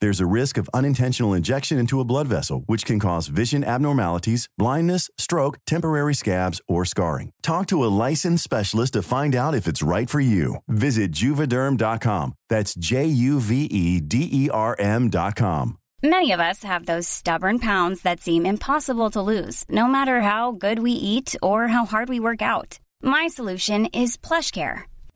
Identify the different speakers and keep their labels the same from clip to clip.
Speaker 1: There's a risk of unintentional injection into a blood vessel, which can cause vision abnormalities, blindness, stroke, temporary scabs, or scarring. Talk to a licensed specialist to find out if it's right for you. Visit juvederm.com. That's J U V E D E R M.com.
Speaker 2: Many of us have those stubborn pounds that seem impossible to lose, no matter how good we eat or how hard we work out. My solution is PlushCare.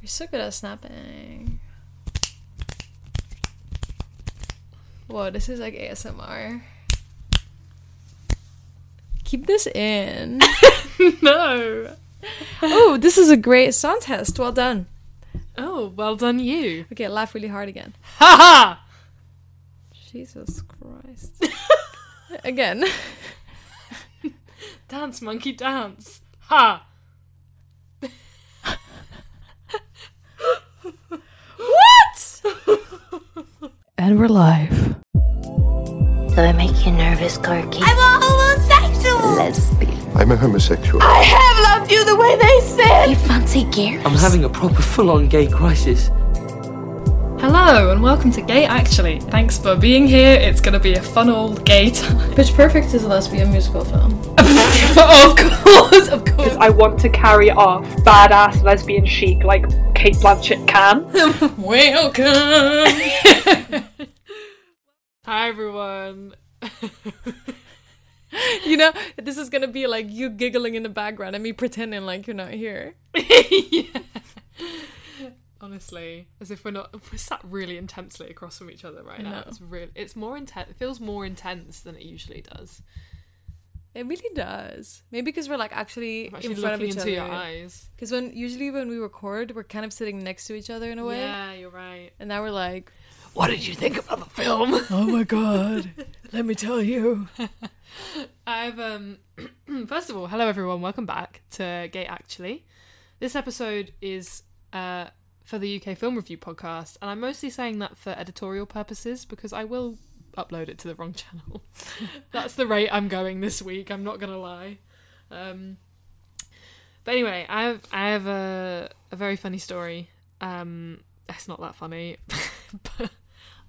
Speaker 3: You're so good at snapping. Whoa, this is like ASMR. Keep this in.
Speaker 4: no.
Speaker 3: oh, this is a great sound test. Well done.
Speaker 4: Oh, well done you.
Speaker 3: Okay, laugh really hard again.
Speaker 4: Ha
Speaker 3: Jesus Christ. again.
Speaker 4: ha! Dance, monkey, dance. Ha!
Speaker 3: what?
Speaker 5: And we're live.
Speaker 6: Do I make you nervous, Corky?
Speaker 7: I'm a homosexual!
Speaker 6: Lesbian.
Speaker 8: I'm a homosexual.
Speaker 7: I have loved you the way they said!
Speaker 6: You fancy gears?
Speaker 9: I'm having a proper full on gay crisis.
Speaker 4: Hello, and welcome to Gay Actually. Thanks for being here. It's gonna be a fun old gay time.
Speaker 3: Pitch Perfect is a lesbian musical film.
Speaker 4: of course, of course.
Speaker 10: I want to carry off badass lesbian chic like Kate Blanchett can.
Speaker 4: Welcome! Hi, everyone.
Speaker 3: You know, this is gonna be like you giggling in the background and me pretending like you're not here.
Speaker 4: yeah. Honestly, as if we're not we're sat really intensely across from each other right now.
Speaker 3: know.
Speaker 4: It's real. It's more intense. It feels more intense than it usually does.
Speaker 3: It really does. Maybe because we're like actually,
Speaker 4: I'm actually
Speaker 3: in front of
Speaker 4: looking
Speaker 3: each
Speaker 4: into
Speaker 3: other.
Speaker 4: your eyes.
Speaker 3: Because when usually when we record, we're kind of sitting next to each other in a way,
Speaker 4: Yeah, you're right.
Speaker 3: and now we're like,
Speaker 4: What did you think about the film?
Speaker 3: "Oh my god, let me tell you."
Speaker 4: I've um first of all, hello everyone, welcome back to Gay Actually. This episode is uh for the UK Film Review podcast, and I'm mostly saying that for editorial purposes because I will upload it to the wrong channel. That's the rate I'm going this week, I'm not gonna lie. Um but anyway, I have I have a, a very funny story. Um it's not that funny, but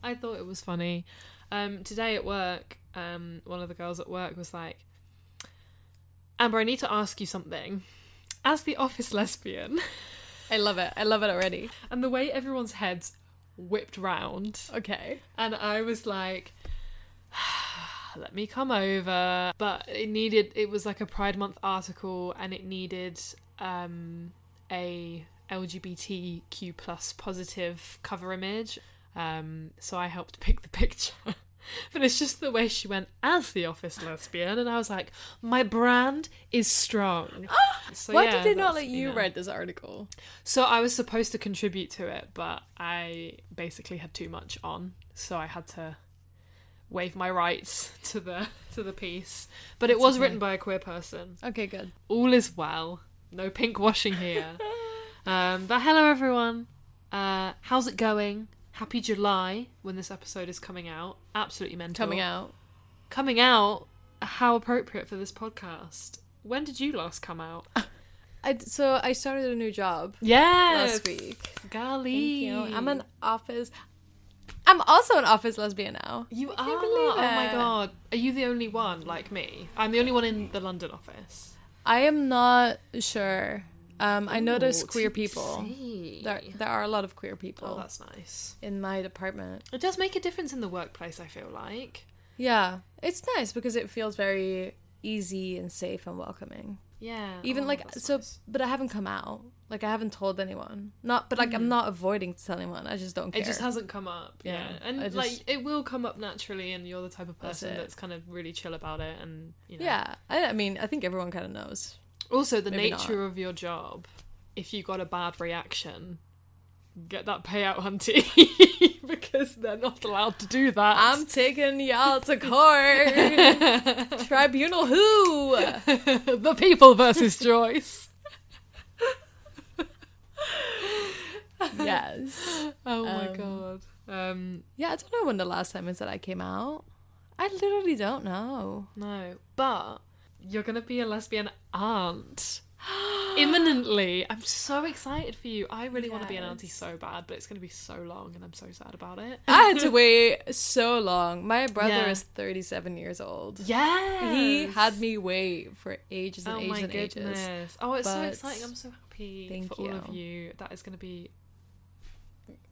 Speaker 4: I thought it was funny. Um, today at work, um, one of the girls at work was like, Amber, I need to ask you something. As the office lesbian,
Speaker 3: I love it. I love it already.
Speaker 4: and the way everyone's heads whipped round,
Speaker 3: Okay.
Speaker 4: and I was like, let me come over. But it needed, it was like a Pride Month article, and it needed um, a LGBTQ plus positive cover image. Um, so I helped pick the picture. But it's just the way she went as the office lesbian, and I was like, "My brand is strong." So
Speaker 3: Why
Speaker 4: yeah,
Speaker 3: did they not let
Speaker 4: that's,
Speaker 3: you
Speaker 4: know.
Speaker 3: write this article?
Speaker 4: So I was supposed to contribute to it, but I basically had too much on, so I had to waive my rights to the to the piece. But it was written by a queer person.
Speaker 3: Okay, good.
Speaker 4: All is well. No pink washing here. um, but hello everyone. Uh, how's it going? Happy July when this episode is coming out. Absolutely mental.
Speaker 3: Coming out.
Speaker 4: Coming out. How appropriate for this podcast. When did you last come out?
Speaker 3: I, so I started a new job.
Speaker 4: Yes.
Speaker 3: Last week.
Speaker 4: Golly.
Speaker 3: Thank you. I'm an office. I'm also an office lesbian now.
Speaker 4: You
Speaker 3: Can
Speaker 4: are.
Speaker 3: you
Speaker 4: Oh
Speaker 3: believe
Speaker 4: my
Speaker 3: it?
Speaker 4: god. Are you the only one like me? I'm the only one in the London office.
Speaker 3: I am not sure. Um, I know there's
Speaker 4: Ooh,
Speaker 3: queer people.
Speaker 4: tipsy.
Speaker 3: There, there are a lot of queer
Speaker 4: Oh,
Speaker 3: people
Speaker 4: that's nice.
Speaker 3: in my department.
Speaker 4: It does make a difference in the workplace, I feel like.
Speaker 3: Yeah, it's nice because it feels very easy and safe and welcoming.
Speaker 4: Yeah.
Speaker 3: Even
Speaker 4: oh,
Speaker 3: like
Speaker 4: that's
Speaker 3: so,
Speaker 4: nice.
Speaker 3: but I haven't come out. Like I haven't told anyone. Not, but like I'm not avoiding telling anyone. I just don't care.
Speaker 4: Mm. It just hasn't come up. Yeah.
Speaker 3: Yeah,
Speaker 4: And
Speaker 3: I just-
Speaker 4: like it will come up naturally and you're the type of person
Speaker 3: it.
Speaker 4: that's, kind of really chill about it and you know.
Speaker 3: Yeah, I, I mean, I think everyone kind of knows.
Speaker 4: Also the
Speaker 3: Maybe
Speaker 4: nature of your job. If you got a bad reaction, get that payout hunty because they're not allowed to do that.
Speaker 3: I'm taking y'all to court. Tribunal who?
Speaker 4: the people versus Joyce.
Speaker 3: yes.
Speaker 4: Oh my god. Um
Speaker 3: Yeah, I don't know when the last time is that I came out. I literally don't know.
Speaker 4: no. But you're gonna be a lesbian aunt. Imminently. I'm so excited for you. I really want to be an auntie so bad, but it's gonna be so long and I'm so sad about it.
Speaker 3: I had to wait so long. My brother
Speaker 4: Yeah.
Speaker 3: is 37 years old.
Speaker 4: Yeah.
Speaker 3: He had me wait for ages and
Speaker 4: Oh
Speaker 3: ages
Speaker 4: my
Speaker 3: and
Speaker 4: goodness.
Speaker 3: ages.
Speaker 4: Oh, it's so
Speaker 3: But-
Speaker 4: exciting. I'm so happy
Speaker 3: Thank
Speaker 4: for all of
Speaker 3: you.
Speaker 4: you. That is gonna be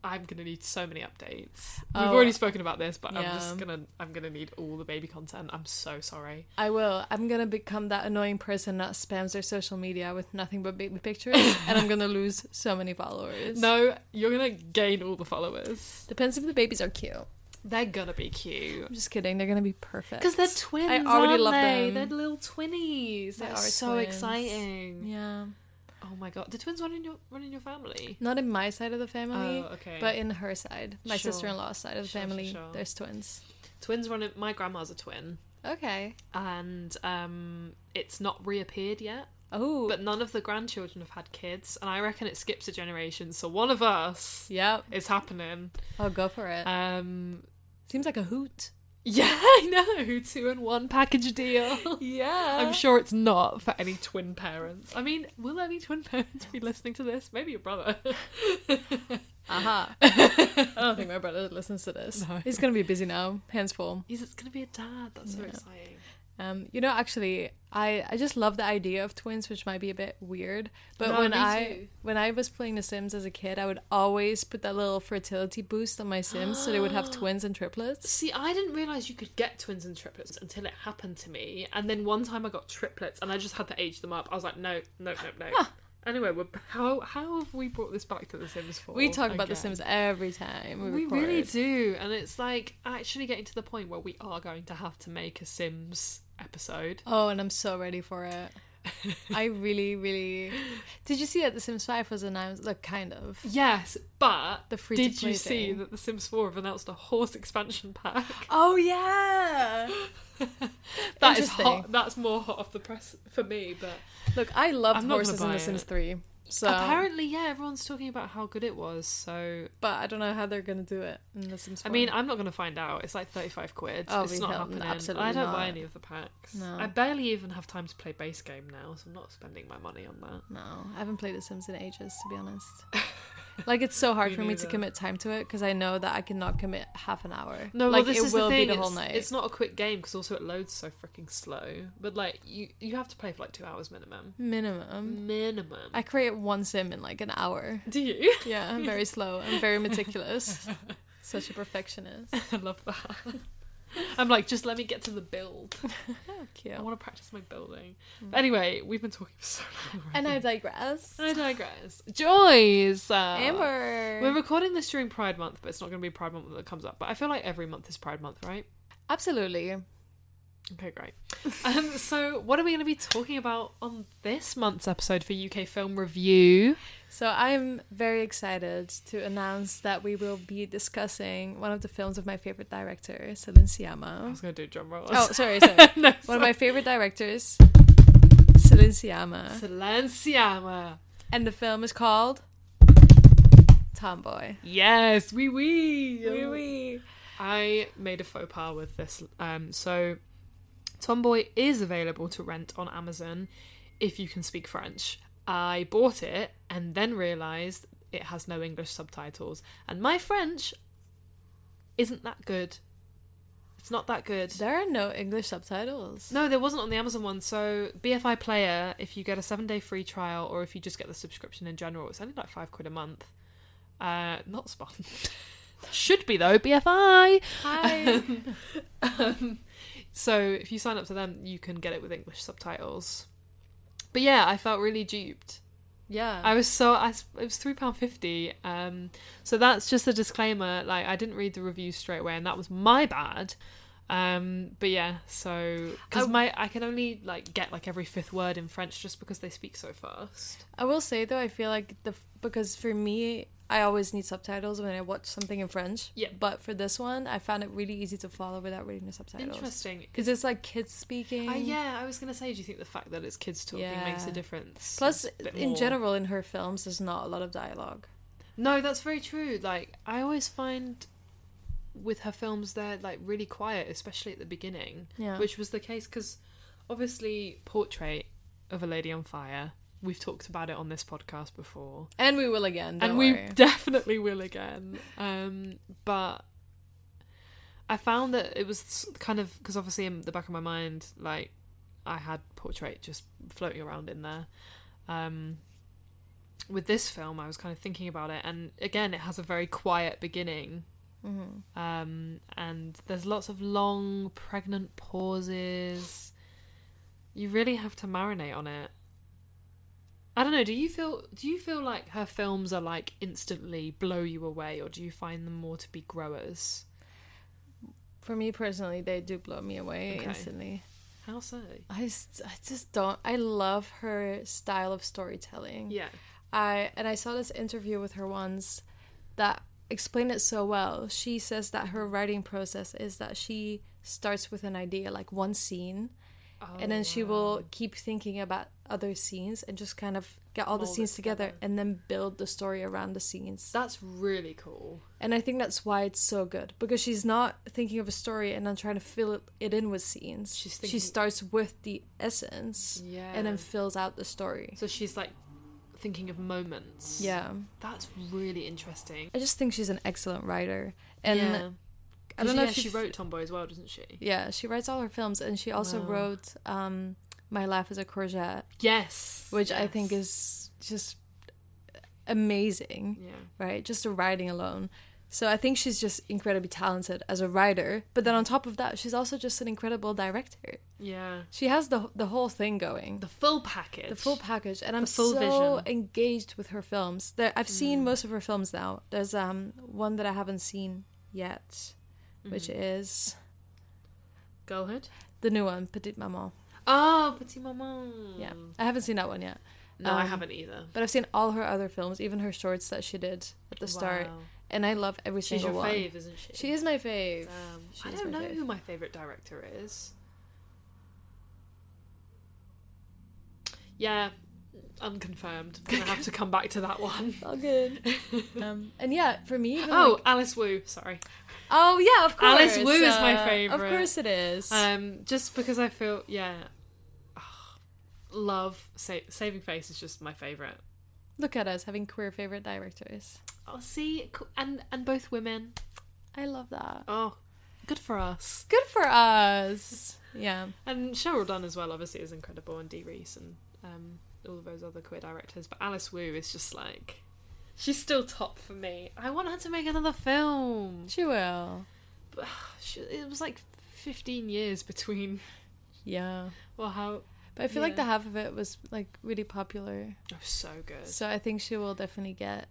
Speaker 4: I'm gonna need so many updates. We've
Speaker 3: Oh,
Speaker 4: already spoken about this, but I'm just
Speaker 3: yeah.
Speaker 4: gonna I'm gonna need all the baby content. I'm so sorry.
Speaker 3: I will. I'm gonna become that annoying person that spams their social media with nothing but baby pictures, and I'm gonna lose so many followers.
Speaker 4: No, you're gonna gain all the followers.
Speaker 3: Depends if the babies are cute.
Speaker 4: They're gonna be cute.
Speaker 3: I'm just kidding. They're gonna be perfect.
Speaker 4: Because they're twins.
Speaker 3: I already
Speaker 4: aren't
Speaker 3: love
Speaker 4: they?
Speaker 3: them.
Speaker 4: They're little twinnies. That's
Speaker 3: are
Speaker 4: so
Speaker 3: twins.
Speaker 4: exciting.
Speaker 3: Yeah.
Speaker 4: Oh my god. The twins run in your run in your family.
Speaker 3: Not in my side of the family,
Speaker 4: Oh, okay.
Speaker 3: but in her side, my
Speaker 4: Sure.
Speaker 3: sister-in-law's side of the
Speaker 4: Sure, sure,
Speaker 3: family.
Speaker 4: sure.
Speaker 3: There's twins.
Speaker 4: Twins run in my grandma's a twin.
Speaker 3: Okay.
Speaker 4: And um it's not reappeared yet.
Speaker 3: Oh.
Speaker 4: But none of the grandchildren have had kids, and I reckon it skips a generation, so one of us
Speaker 3: yep.
Speaker 4: is happening.
Speaker 3: I'll go for it.
Speaker 4: Um
Speaker 3: Uh, Seems like a hoot.
Speaker 4: Yeah, I know. Two and one package deal.
Speaker 3: Yeah.
Speaker 4: I'm sure it's not for any twin parents. I mean, will any twin parents be listening to this? Maybe your brother.
Speaker 3: Aha. I don't think my brother listens to this. He's gonna be busy now. Hands full.
Speaker 4: He's it's gonna be a dad. That's so exciting.
Speaker 3: Um, you know, actually, I, I just love the idea of twins, which might be a bit weird. But
Speaker 4: No,
Speaker 3: when
Speaker 4: me
Speaker 3: I
Speaker 4: too.
Speaker 3: when I was playing The Sims as a kid, I would always put that little fertility boost on my Sims, so they would have twins and triplets.
Speaker 4: See, I didn't realize you could get twins and triplets until it happened to me. And then one time I got triplets, and I just had to age them up. I was like, no, no, no, no. anyway, we're, how how have we brought this back to The Sims 4?
Speaker 3: We talk about The
Speaker 4: again?
Speaker 3: Sims every time we,
Speaker 4: We
Speaker 3: record.
Speaker 4: really do, and it's like actually getting to the point where we are going to have to make a Sims episode.
Speaker 3: Oh, and I'm so ready for it. I really, really. Did you see that The Sims Five was announced? Like, kind of.
Speaker 4: Yes, but
Speaker 3: The free to
Speaker 4: did you
Speaker 3: play
Speaker 4: see
Speaker 3: thing.
Speaker 4: that The Sims 4 have announced a horse expansion pack?
Speaker 3: Oh yeah.
Speaker 4: That is
Speaker 3: Interesting.
Speaker 4: hot. That's more hot off the press for me, but
Speaker 3: Look, I loved
Speaker 4: I'm not gonna
Speaker 3: horses in
Speaker 4: buy
Speaker 3: The Sims
Speaker 4: it.
Speaker 3: Three, so
Speaker 4: apparently, yeah, everyone's talking about how good it was. So
Speaker 3: but I don't know how they're gonna do it in The Sims.
Speaker 4: I
Speaker 3: 4.
Speaker 4: mean, I'm not going to find out. It's like 35 quid.
Speaker 3: Oh,
Speaker 4: it's
Speaker 3: we
Speaker 4: not
Speaker 3: don't-
Speaker 4: happening.
Speaker 3: absolutely
Speaker 4: I don't
Speaker 3: not.
Speaker 4: buy any of the packs.
Speaker 3: No.
Speaker 4: I barely even have time to play base game now, so I'm not spending my money on that.
Speaker 3: No, I haven't played The Sims in ages, to be honest. Like it's so hard
Speaker 4: Me
Speaker 3: for me to
Speaker 4: neither.
Speaker 3: commit time to it because I know that I cannot commit half an hour.
Speaker 4: No,
Speaker 3: like
Speaker 4: well, this
Speaker 3: it
Speaker 4: is
Speaker 3: will
Speaker 4: the thing.
Speaker 3: be the whole
Speaker 4: it's,
Speaker 3: night.
Speaker 4: it's not a quick game because also it loads so freaking slow. But like you, you have to play for like two hours minimum.
Speaker 3: minimum.
Speaker 4: Mm. Minimum.
Speaker 3: Mm. I create one sim in like an hour.
Speaker 4: Do you?
Speaker 3: Yeah, I'm very slow. I'm very meticulous. Such a perfectionist.
Speaker 4: I love that. I'm like, just let me get to the build.
Speaker 3: Cute.
Speaker 4: I want to practice my building. But anyway, we've been talking for so long. already.
Speaker 3: Mm. And I digress.
Speaker 4: I digress. Joyce, uh,
Speaker 3: Amber.
Speaker 4: We're recording this during Pride Month, but it's not going to be Pride Month that comes up. But I feel like every month is Pride Month, right?
Speaker 3: Absolutely.
Speaker 4: Okay, great. um, so, what are we going to be talking about on this month's episode for UK Film Review?
Speaker 3: So I'm very excited to announce that we will be discussing one of the films of my favorite director, Celine
Speaker 4: I
Speaker 3: Siama.
Speaker 4: was going to do drum rolls.
Speaker 3: Oh, sorry, sorry.
Speaker 4: no,
Speaker 3: One
Speaker 4: sorry.
Speaker 3: of my favorite directors, Celine Siama.
Speaker 4: Silenciama.
Speaker 3: And the film is called tomboy.
Speaker 4: Yes, wee wee.
Speaker 3: Wee wee.
Speaker 4: I made a faux pas with this. Um, so, Tomboy is available to rent on Amazon if you can speak French. I bought it and then realised it has no English subtitles, and my French isn't that good. It's not that good.
Speaker 3: There are no English subtitles.
Speaker 4: No, there wasn't on the Amazon one. So BFI Player, if you get a seven-day free trial, or if you just get the subscription in general, it's only like five quid a month. Uh, not sponsored. Should be though. BFI.
Speaker 3: Hi.
Speaker 4: Um, so if you sign up to them, you can get it with English subtitles. But yeah, I felt really duped.
Speaker 3: yeah.
Speaker 4: I was so I, s- it was three pound fifty. Um, so that's just a disclaimer. Like I didn't read the review straight away, and that was my bad. Um, but yeah, so because
Speaker 3: I-
Speaker 4: my I can only like get like every fifth word in French just because they speak so fast.
Speaker 3: I will say though, I feel like the because for me, I always need subtitles when I watch something in French.
Speaker 4: Yeah.
Speaker 3: But for this one, I found it really easy to follow without reading the subtitles.
Speaker 4: Interesting.
Speaker 3: Because it's like kids speaking.
Speaker 4: Uh, yeah, I was gonna say, do you think the fact that it's kids talking makes a
Speaker 3: Yeah.
Speaker 4: difference?
Speaker 3: Plus,
Speaker 4: It's a bit
Speaker 3: in
Speaker 4: more-
Speaker 3: general, in her films, there's not a lot of dialogue.
Speaker 4: no, that's very true. Like I always find with her films, they're like really quiet, especially at the beginning,
Speaker 3: Yeah.
Speaker 4: which was the case because obviously, Portrait of a Lady on Fire. We've talked about it on this podcast before,
Speaker 3: And we will again. Don't
Speaker 4: and
Speaker 3: worry.
Speaker 4: we definitely will again. Um, but I found that it was kind of because obviously in the back of my mind, like I had portrait just floating around in there. Um, with this film, I was kind of thinking about it, and again, it has a very quiet beginning.
Speaker 3: Mm-hmm.
Speaker 4: Um, and there's lots of long, pregnant pauses. You really have to marinate on it. I don't know. Do you feel? Do you feel like her films are like instantly blow you away, or do you find them more to be growers?
Speaker 3: for me personally, they do blow me away
Speaker 4: Okay.
Speaker 3: instantly.
Speaker 4: How so?
Speaker 3: I, s- I just don't. I love her style of storytelling.
Speaker 4: Yeah.
Speaker 3: I and I saw this interview with her once that explained it so well. She says that her writing process is that she starts with an idea, like one scene, and then she
Speaker 4: Oh,
Speaker 3: will keep thinking about other scenes and just kind of get all the
Speaker 4: Mold it
Speaker 3: scenes together,
Speaker 4: together.
Speaker 3: and then build the story around the scenes.
Speaker 4: That's really cool.
Speaker 3: and I think that's why it's so good because she's not thinking of a story and then trying to fill it, it in with scenes.
Speaker 4: She's
Speaker 3: she
Speaker 4: thinking-
Speaker 3: starts with the essence and
Speaker 4: Yeah.
Speaker 3: then fills out the story.
Speaker 4: So she's like thinking of moments.
Speaker 3: Yeah.
Speaker 4: That's really interesting.
Speaker 3: I just think she's an excellent writer. And
Speaker 4: yeah.
Speaker 3: I don't know
Speaker 4: yeah,
Speaker 3: if
Speaker 4: she
Speaker 3: you've-
Speaker 4: wrote Tomboy as well, doesn't she?
Speaker 3: Yeah, she writes all her films, and she also
Speaker 4: Wow.
Speaker 3: wrote um, "My Life as a Courgette,"
Speaker 4: Yes.
Speaker 3: which I
Speaker 4: yes.
Speaker 3: think is just amazing,
Speaker 4: Yeah.
Speaker 3: right? Just the writing alone. So I think she's just incredibly talented as a writer. But then on top of that, she's also just an incredible director.
Speaker 4: Yeah.
Speaker 3: She has the the whole thing going.
Speaker 4: The full package.
Speaker 3: the full package and i'm
Speaker 4: full
Speaker 3: so
Speaker 4: vision. Mm.
Speaker 3: engaged with her films there i've seen most of her films now there's um one that i haven't seen yet which
Speaker 4: Mm-hmm.
Speaker 3: is
Speaker 4: Girlhood.
Speaker 3: the new one petite maman
Speaker 4: Oh, Petit Maman.
Speaker 3: yeah i haven't seen that one yet
Speaker 4: No, I
Speaker 3: Um,
Speaker 4: haven't either.
Speaker 3: but i've seen all her other films even her shorts that she did at the start
Speaker 4: Wow.
Speaker 3: and i love every
Speaker 4: She's
Speaker 3: single
Speaker 4: your
Speaker 3: one
Speaker 4: fave, isn't she?
Speaker 3: she is my fave
Speaker 4: Um,
Speaker 3: She
Speaker 4: I
Speaker 3: is
Speaker 4: don't
Speaker 3: my
Speaker 4: know
Speaker 3: fave.
Speaker 4: who my favorite director is. Yeah, unconfirmed. Gonna have to come back to that one.
Speaker 3: all good um and yeah for me even
Speaker 4: Oh,
Speaker 3: like-
Speaker 4: Alice Wu. Sorry.
Speaker 3: oh yeah of course uh,
Speaker 4: Alice Wu is my
Speaker 3: of
Speaker 4: favorite.
Speaker 3: course it is
Speaker 4: Um, just because I feel yeah, love sa- Saving Face is just my favorite.
Speaker 3: look at us having queer favorite directors
Speaker 4: Oh, see, co- and and both women.
Speaker 3: i love that
Speaker 4: Oh, good for us.
Speaker 3: good for us. Yeah.
Speaker 4: And Cheryl Dunn as well, obviously, is incredible, and Dee Reese and um, all of those other queer directors. But Alice Wu is just like, she's still top for me. I want her to make another film.
Speaker 3: She will.
Speaker 4: But, she, it was like fifteen years between.
Speaker 3: Yeah.
Speaker 4: Well, how?
Speaker 3: But I feel like
Speaker 4: Yeah.
Speaker 3: the half of it was like really popular.
Speaker 4: Oh, so good.
Speaker 3: So I think she will definitely get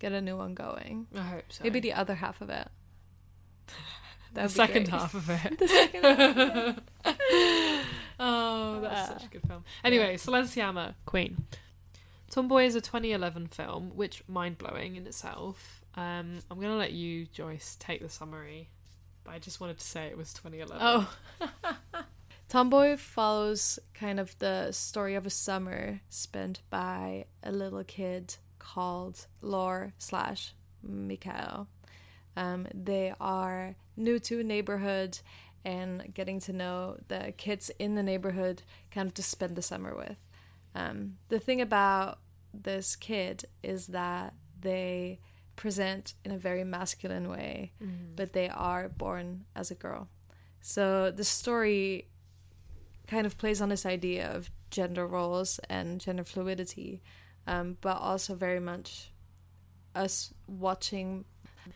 Speaker 3: get a new one going.
Speaker 4: I hope so.
Speaker 3: Maybe the other half of it. That
Speaker 4: the
Speaker 3: would be
Speaker 4: second
Speaker 3: great.
Speaker 4: half of it.
Speaker 3: The second half.
Speaker 4: oh, that's such a good film. Anyway, Silenciama, Queen. Tomboy is a 2011 film, which mind blowing in itself. Um, I'm gonna let you, Joyce, take the summary, but I just wanted to say it was 2011.
Speaker 3: Oh. Tomboy follows kind of the story of a summer spent by a little kid called Lore slash Mikael. Um, they are new to neighborhood and getting to know the kids in the neighborhood, kind of to spend the summer with. Um, the thing about this kid is that they present in a very masculine way, mm-hmm. but they are born as a girl. So the story kind of plays on this idea of gender roles and gender fluidity, um, but also very much us watching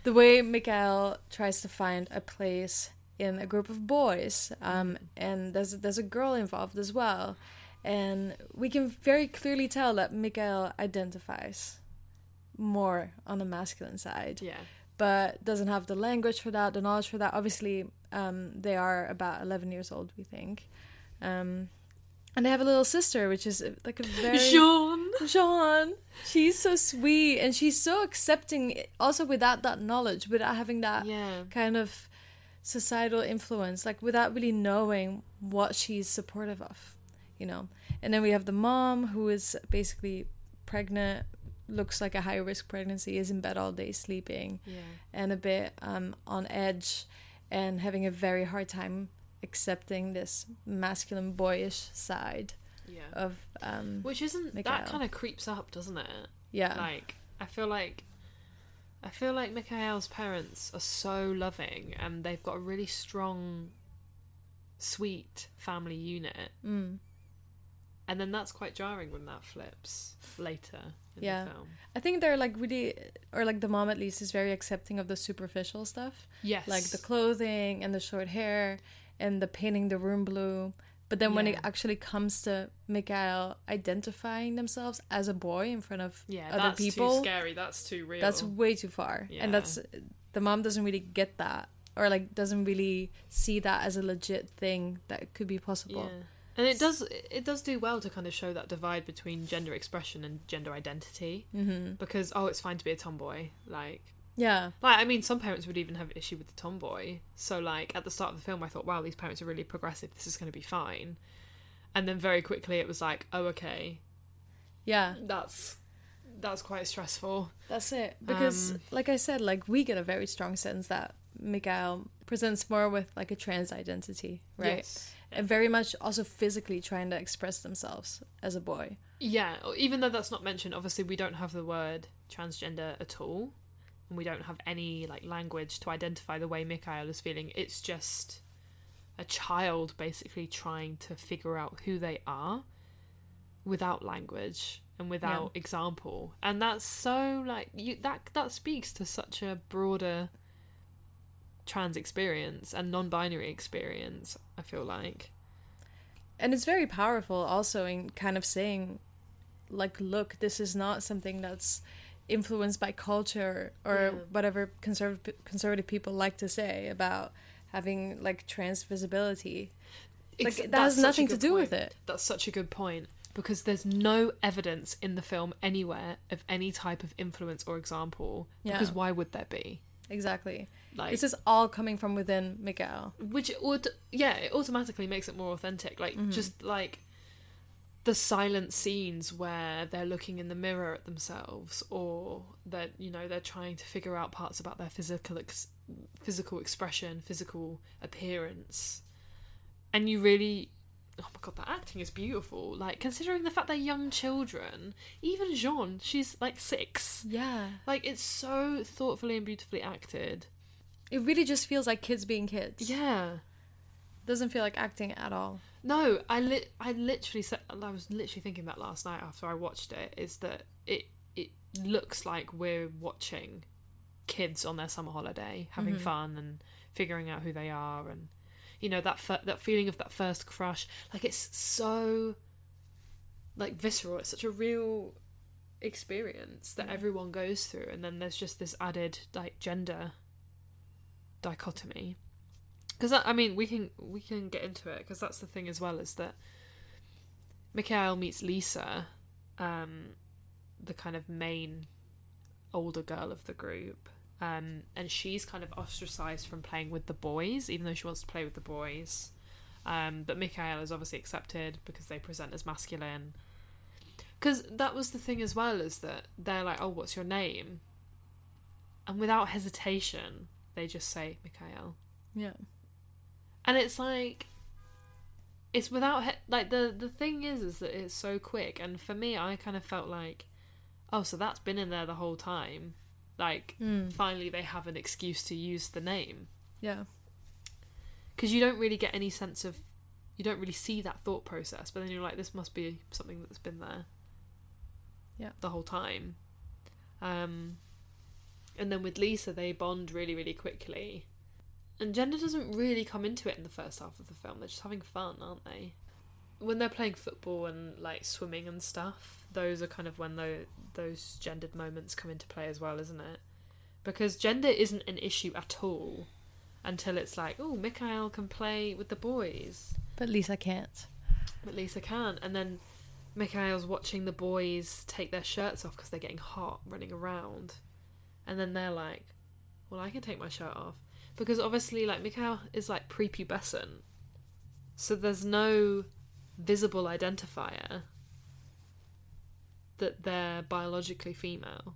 Speaker 3: the way Mikael tries to find a place in a group of boys, um, and there's there's a girl involved as well, and we can very clearly tell that Mikael identifies more on the masculine side.
Speaker 4: Yeah.
Speaker 3: But doesn't have the language for that, the knowledge for that. Obviously, um, they are about 11 years old, we think. Um, and they have a little sister, which is uh, like a very
Speaker 4: Jean.
Speaker 3: Jean. She's so sweet and she's so accepting. Also, without that knowledge, without having that
Speaker 4: yeah.
Speaker 3: kind of societal influence, like without really knowing what she's supportive of, you know. And then we have the mom who is basically pregnant, looks like a high risk pregnancy, is in bed all day sleeping,
Speaker 4: yeah.
Speaker 3: and a bit um, on edge, and having a very hard time accepting this masculine boyish side
Speaker 4: yeah.
Speaker 3: of um
Speaker 4: which isn't
Speaker 3: Mikhail.
Speaker 4: that kind of creeps up doesn't it
Speaker 3: yeah
Speaker 4: like i feel like i feel like mikhail's parents are so loving and they've got a really strong sweet family unit
Speaker 3: Mm.
Speaker 4: and then that's quite jarring when that flips later in
Speaker 3: Yeah.
Speaker 4: the film
Speaker 3: i think they're like really or like the mom at least is very accepting of the superficial stuff
Speaker 4: yes
Speaker 3: like the clothing and the short hair and the painting the room blue but then when
Speaker 4: Yeah.
Speaker 3: it actually comes to Mikhail identifying themselves as a boy in front of
Speaker 4: yeah
Speaker 3: other
Speaker 4: that's
Speaker 3: people
Speaker 4: too scary that's too real
Speaker 3: that's way too far
Speaker 4: Yeah.
Speaker 3: and that's the mom doesn't really get that or like doesn't really see that as a legit thing that could be possible
Speaker 4: Yeah. And it does it does do well to kind of show that divide between gender expression and gender identity mm-hmm. because oh it's fine to be a tomboy like
Speaker 3: yeah.
Speaker 4: like I mean some parents would even have an issue with the tomboy so like at the start of the film I thought wow these parents are really progressive this is going to be fine and then very quickly it was like oh okay
Speaker 3: Yeah,
Speaker 4: that's that's quite stressful
Speaker 3: that's it. Because,
Speaker 4: Um,
Speaker 3: like I said, like we get a very strong sense that Miguel presents more with like a trans identity, right?
Speaker 4: Yes.
Speaker 3: And very much also physically trying to express themselves as a boy.
Speaker 4: yeah or even though that's not mentioned obviously we don't have the word transgender at all and we don't have any like language to identify the way Mikhail is feeling it's just a child basically trying to figure out who they are without language and without example and that's so like you that that speaks to such a broader trans experience and non-binary experience i feel like
Speaker 3: And it's very powerful also in kind of saying, like, look, this is not something that's influenced by culture or whatever conservative conservative people like to say about having like trans visibility. Like, that has
Speaker 4: that's such a
Speaker 3: nothing to
Speaker 4: good
Speaker 3: do with
Speaker 4: point.
Speaker 3: it.
Speaker 4: That's such a good point because there's no evidence in the film anywhere of any type of influence or example.
Speaker 3: Yeah.
Speaker 4: Because why would there be?
Speaker 3: Exactly.
Speaker 4: Like-
Speaker 3: this is all coming from within Miguel.
Speaker 4: Which would yeah, it automatically makes it more authentic. Like just like the silent scenes where they're looking in the mirror at themselves or that you know they're trying to figure out parts about their physical ex- physical expression, physical appearance. And you really oh my god, that acting is beautiful. Like considering the fact they're young children, even Jean, she's like 6.
Speaker 3: Yeah.
Speaker 4: Like it's so thoughtfully and beautifully acted.
Speaker 3: It really just feels like kids being kids.
Speaker 4: Yeah.
Speaker 3: Doesn't feel like acting at all.
Speaker 4: No, I li- I literally said I was literally thinking that last night after I watched it is that it it looks like we're watching kids on their summer holiday having fun and figuring out who they are and you know that fir- that feeling of that first crush like it's so like visceral it's such a real experience that everyone goes through and then there's just this added like gender dichotomy because I mean we can we can get into it because that's the thing as well is that Mikhail meets Lisa, um, the kind of main older girl of the group, um, and she's kind of ostracized from playing with the boys, even though she wants to play with the boys. Um, but Mikhail is obviously accepted because they present as masculine. Because that was the thing as well is that they're like, oh, what's your name? And without hesitation, they just say Mikhail.
Speaker 3: Yeah.
Speaker 4: And it's like, it's without he- like the the thing is is that it's so quick. And for me, I kind of felt like, oh, so that's been in there the whole time. Like,
Speaker 3: Mm.
Speaker 4: finally, they have an excuse to use the name
Speaker 3: Yeah.
Speaker 4: because you don't really get any sense of you don't really see that thought process but then you're like this must be something that's been there
Speaker 3: Yeah.
Speaker 4: the whole time um and then with lisa they bond really really quickly and gender doesn't really come into it in the first half of the film they're just having fun aren't they when they're playing football and like swimming and stuff those are kind of when tho- those gendered moments come into play as well isn't it because gender isn't an issue at all until it's like, oh, Mikhail can play with the boys,
Speaker 3: But Lisa can't.
Speaker 4: but Lisa can't. And then Mikhail's watching the boys take their shirts off because they're getting hot running around. And then they're like, well, I can take my shirt off. Because obviously, like, Mikhail is like prepubescent. So there's no visible identifier that they're biologically female.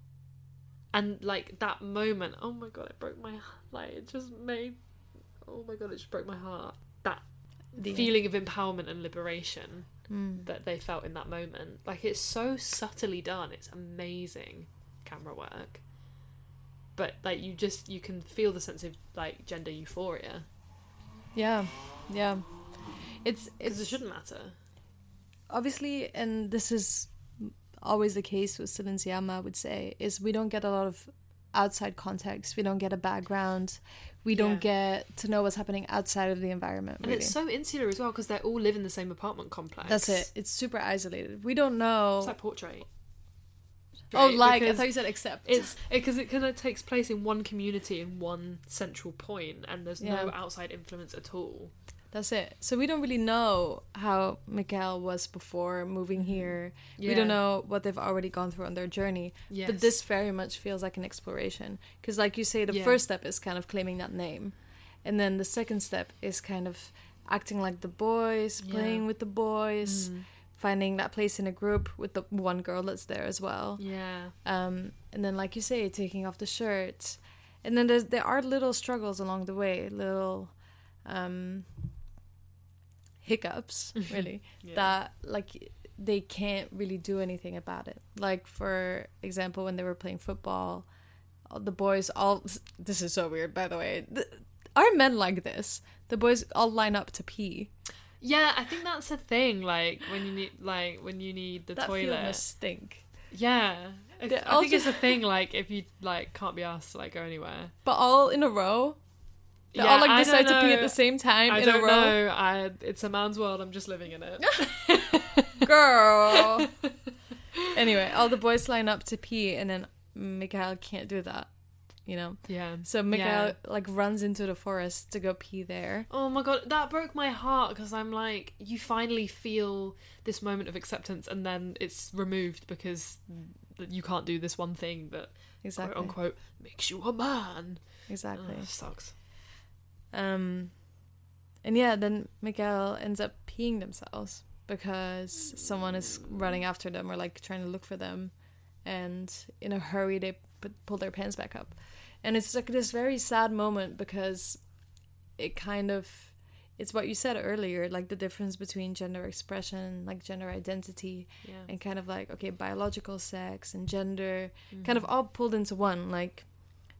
Speaker 4: And like that moment, oh my god, it broke my like it just made oh my god, it just broke my heart. That feeling of empowerment and liberation
Speaker 3: Mm.
Speaker 4: that they felt in that moment. Like it's so subtly done. It's amazing camera work. But like you just you can feel the sense of like gender euphoria
Speaker 3: Yeah. Yeah. It's
Speaker 4: because it
Speaker 3: it's
Speaker 4: shouldn't matter.
Speaker 3: obviously, and this is always the case with Celine Sciamma, I would say, is we don't get a lot of outside context. We don't get a background. We don't get to know what's happening outside of the environment.
Speaker 4: And
Speaker 3: really.
Speaker 4: it's so insular as well because they all live in the same apartment complex.
Speaker 3: That's it. It's super isolated. We don't know.
Speaker 4: It's like portrait.
Speaker 3: oh, like I
Speaker 4: Because-
Speaker 3: thought you said except.
Speaker 4: It's because it kind of takes place in one community in one central point, and there's no
Speaker 3: Yeah.
Speaker 4: outside influence at all.
Speaker 3: That's it. So we don't really know how Miguel was before moving here. We
Speaker 4: Mm-hmm. Yeah.
Speaker 3: don't know what they've already gone through on their journey. But
Speaker 4: Yes.
Speaker 3: this very much feels like an exploration. Because, like you say, the
Speaker 4: Yeah.
Speaker 3: first step is kind of claiming that name. And then the second step is kind of acting like the boys, playing with the boys,
Speaker 4: Mm-hmm.
Speaker 3: finding that place in a group with the one girl that's there as well
Speaker 4: Yeah,
Speaker 3: um, and then like you say taking off the shirt and then there's there are little struggles along the way little um, hiccups really that like they can't really do anything about it like for example when they were playing football all the boys all this is so weird by the way Th are men like this the boys all line up to pee
Speaker 4: yeah. I think that's a thing. Like when you need, like when you need the
Speaker 3: that
Speaker 4: toilet.
Speaker 3: field must stink
Speaker 4: Yeah, It's-
Speaker 3: They're
Speaker 4: I
Speaker 3: all
Speaker 4: think it's
Speaker 3: just-
Speaker 4: a thing. Like if you like can't be asked to like go anywhere.
Speaker 3: but all in a row they
Speaker 4: yeah,
Speaker 3: all
Speaker 4: I
Speaker 3: like decide to
Speaker 4: don't
Speaker 3: pee at
Speaker 4: know.
Speaker 3: the same time
Speaker 4: I
Speaker 3: in
Speaker 4: don't
Speaker 3: a row
Speaker 4: know. I it's a man's world. I'm just living in it.
Speaker 3: girl. anyway, all the boys line up to pee, and then Mikhail can't do that, you know.
Speaker 4: yeah.
Speaker 3: So Mikhail
Speaker 4: Yeah.
Speaker 3: like runs into the forest to go pee there.
Speaker 4: Oh my god, that broke my heart because I'm like, you finally feel this moment of acceptance, and then it's removed because th- you can't do this one thing that
Speaker 3: Exactly.
Speaker 4: quote unquote makes you a man. Ugh,
Speaker 3: Exactly.
Speaker 4: sucks.
Speaker 3: Um, and yeah, then Mikhail ends up peeing themselves because someone is running after them or like trying to look for them, and in a hurry they put, pull their pants back up, and it's like this very sad moment because it kind of it's what you said earlier, like the difference between gender expression, like gender identity,
Speaker 4: Yeah.
Speaker 3: and kind of like okay, biological sex and gender, kind of all pulled into one. Like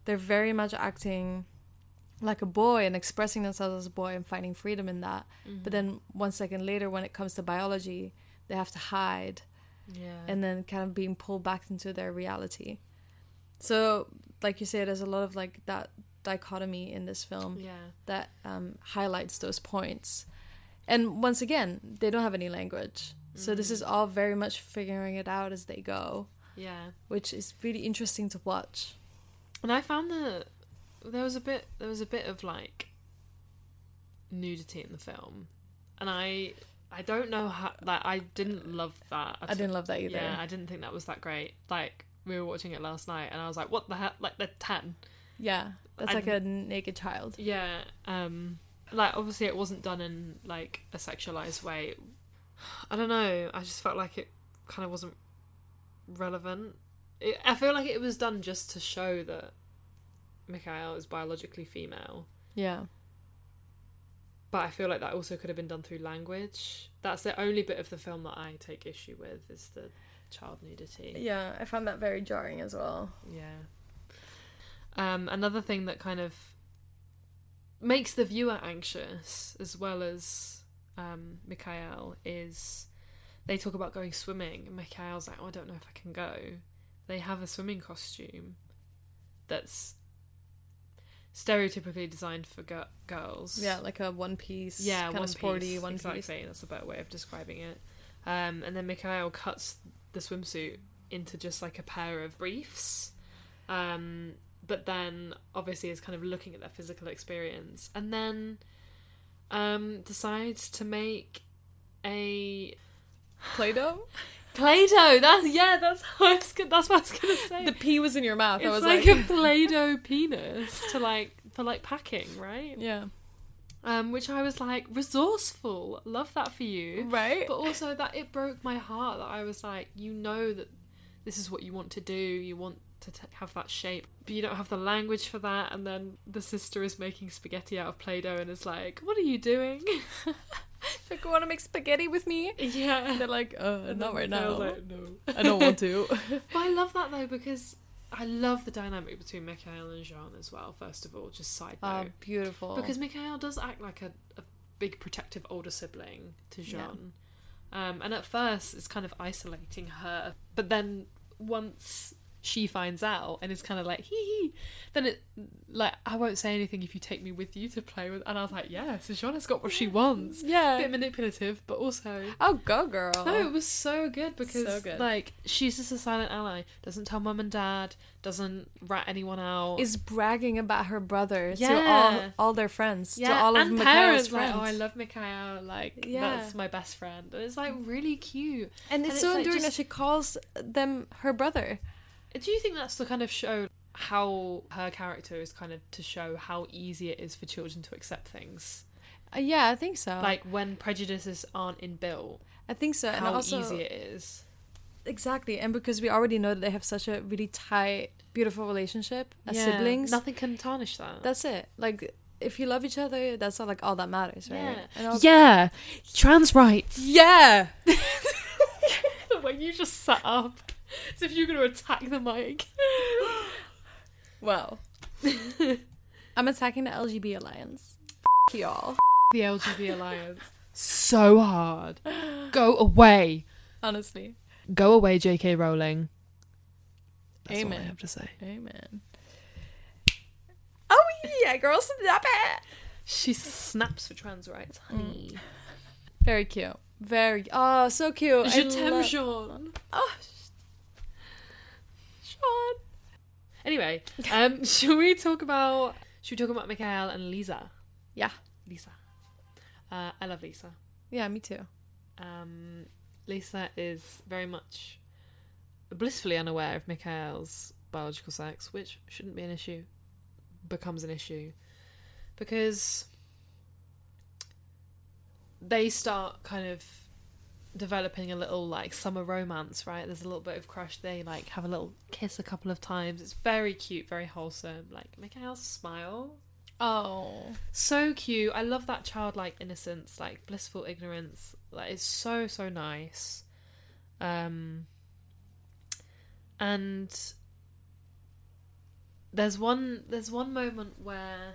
Speaker 3: they're very much acting like a boy and expressing themselves as a boy and finding freedom in that.
Speaker 4: Mm-hmm.
Speaker 3: But then one second later, when it comes to biology, they have to hide
Speaker 4: Yeah.
Speaker 3: and then kind of being pulled back into their reality. So, like you say, there's a lot of like that dichotomy in this film
Speaker 4: yeah.
Speaker 3: that um, highlights those points. And once again, they don't have any language. So,
Speaker 4: Mm-hmm.
Speaker 3: this is all very much figuring it out as they go,
Speaker 4: Yeah.
Speaker 3: which is really interesting to watch.
Speaker 4: And I found that there was a bit there was a bit of like nudity in the film, and I I don't know how like I didn't love that. at
Speaker 3: I didn't love that either.
Speaker 4: Yeah, I didn't think that was that great. Like we were watching it last night, and I was like, what the heck? Like they're ten.
Speaker 3: yeah. That's
Speaker 4: I
Speaker 3: like a naked child.
Speaker 4: Yeah. Um like obviously it wasn't done in like a sexualized way. I don't know. I just felt like it kind of wasn't relevant. It, I feel like it was done just to show that Mikhail is biologically female.
Speaker 3: Yeah.
Speaker 4: But I feel like that also could have been done through language. That's the only bit of the film that I take issue with is the child nudity.
Speaker 3: Yeah, I found that very jarring as well.
Speaker 4: Yeah. Um, another thing that kind of makes the viewer anxious, as well as um, Mikhail, is they talk about going swimming, and Mikhail's like, oh, I don't know if I can go. They have a swimming costume that's stereotypically designed for gir- girls.
Speaker 3: Yeah, like a one piece.
Speaker 4: Yeah,
Speaker 3: kind
Speaker 4: one
Speaker 3: of sporty
Speaker 4: piece,
Speaker 3: one
Speaker 4: exactly.
Speaker 3: piece.
Speaker 4: That's a better way of describing it. Um, and then Mikhail cuts the swimsuit into just like a pair of briefs. Um, but then obviously is kind of looking at their physical experience and then um, decides to make a
Speaker 3: Play Doh?
Speaker 4: Play-Doh. That's yeah. That's how I was gonna, that's what I was gonna say.
Speaker 3: The pee was in your mouth. I
Speaker 4: it's
Speaker 3: was
Speaker 4: like,
Speaker 3: like,
Speaker 4: a Play-Doh penis to like for like packing, right?
Speaker 3: yeah.
Speaker 4: Um, which I was like resourceful. Love that for you,
Speaker 3: Right?
Speaker 4: But also that it broke my heart that I was like, you know that this is what you want to do. You want to t- have that shape, but you don't have the language for that. And then the sister is making spaghetti out of Play-Doh and is like, "What are you doing?"
Speaker 3: Like, you want to make spaghetti with me?
Speaker 4: yeah.
Speaker 3: They're like, uh,
Speaker 4: And
Speaker 3: not
Speaker 4: then
Speaker 3: right
Speaker 4: I
Speaker 3: now.
Speaker 4: was like, no.
Speaker 3: I don't want to.
Speaker 4: But I love that though because I love the dynamic between Mikhail and Jean as well. First of all, just side
Speaker 3: Ah,
Speaker 4: note,
Speaker 3: beautiful.
Speaker 4: because Mikhail does act like a, a big protective older sibling to Jean, um, and at first it's kind of isolating her, but then once she finds out and is kind of like hee hee, then it like I won't say anything if you take me with you to play with, and I was like yeah, so Jean has got what she wants.
Speaker 3: Yeah.
Speaker 4: bit manipulative, but also
Speaker 3: oh, go girl.
Speaker 4: no, it was so good because
Speaker 3: So good.
Speaker 4: like she's just a silent ally. Doesn't tell mum and dad. Doesn't rat anyone out.
Speaker 3: Is bragging about her brother to
Speaker 4: Yeah.
Speaker 3: all all their friends, to all of
Speaker 4: and
Speaker 3: Mikhail's
Speaker 4: parents,
Speaker 3: friends.
Speaker 4: Like, oh, I love Mikhail. Like
Speaker 3: Yeah.
Speaker 4: that's my best friend. And it's like really cute.
Speaker 3: and it's so
Speaker 4: like,
Speaker 3: enduring
Speaker 4: just-
Speaker 3: that she calls them her brother.
Speaker 4: Do you think that's the kind of show how her character is kind of to show how easy it is for children to accept things?
Speaker 3: Uh, yeah, I think so.
Speaker 4: Like when prejudices aren't inbuilt,
Speaker 3: I think so. And
Speaker 4: how
Speaker 3: also,
Speaker 4: easy it is.
Speaker 3: Exactly, and because we already know that they have such a really tight, beautiful relationship as
Speaker 4: Yeah,
Speaker 3: siblings.
Speaker 4: nothing can tarnish that.
Speaker 3: That's it. Like if you love each other, that's all like all that matters, right?
Speaker 4: Yeah.
Speaker 3: And all-
Speaker 4: yeah. Trans rights.
Speaker 3: yeah.
Speaker 4: the way you just sat up. As if you're going to attack the mic.
Speaker 3: Well, I'm attacking the LGB alliance. F- y'all,
Speaker 4: The LGB Alliance. So hard. Go away.
Speaker 3: honestly.
Speaker 4: Go away, JK Rowling. That's all I
Speaker 3: Amen.
Speaker 4: have to say.
Speaker 3: Amen. Oh yeah, girls, stop it.
Speaker 4: She snaps for trans rights, honey.
Speaker 3: Mm. Very cute. Very. Oh, so cute. I
Speaker 4: Je t'aime,
Speaker 3: love-
Speaker 4: Jean.
Speaker 3: Oh,
Speaker 4: Sean. Anyway, um, should we talk about should we talk about Mikhail and Lisa?
Speaker 3: yeah.
Speaker 4: Lisa. Uh, I love Lisa.
Speaker 3: Yeah, me too.
Speaker 4: um, Lisa is very much blissfully unaware of Mikhail's biological sex, which shouldn't be an issue, becomes an issue because they start kind of developing a little like summer romance, right? There's a little bit of crush. They like have a little kiss a couple of times. It's very cute, very wholesome. Like Mikhail's smile
Speaker 3: Oh.
Speaker 4: so cute. I love that childlike innocence, like blissful ignorance. Like it's so so nice. Um and there's one there's one moment where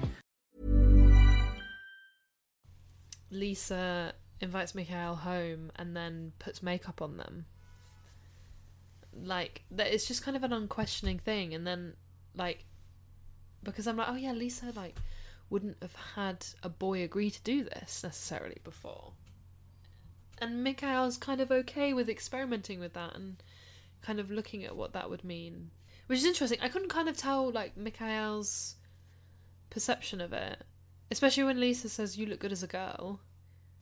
Speaker 4: Lisa invites Mikhail home and then puts makeup on them. Like that, it's just kind of an unquestioning thing. And then, like, because I'm like, oh yeah, Lisa like wouldn't have had a boy agree to do this necessarily before. And Mikhail's kind of okay with experimenting with that and kind of looking at what that would mean, which is interesting. I couldn't kind of tell like Mikhail's perception of it, especially when Lisa says you look good as a girl,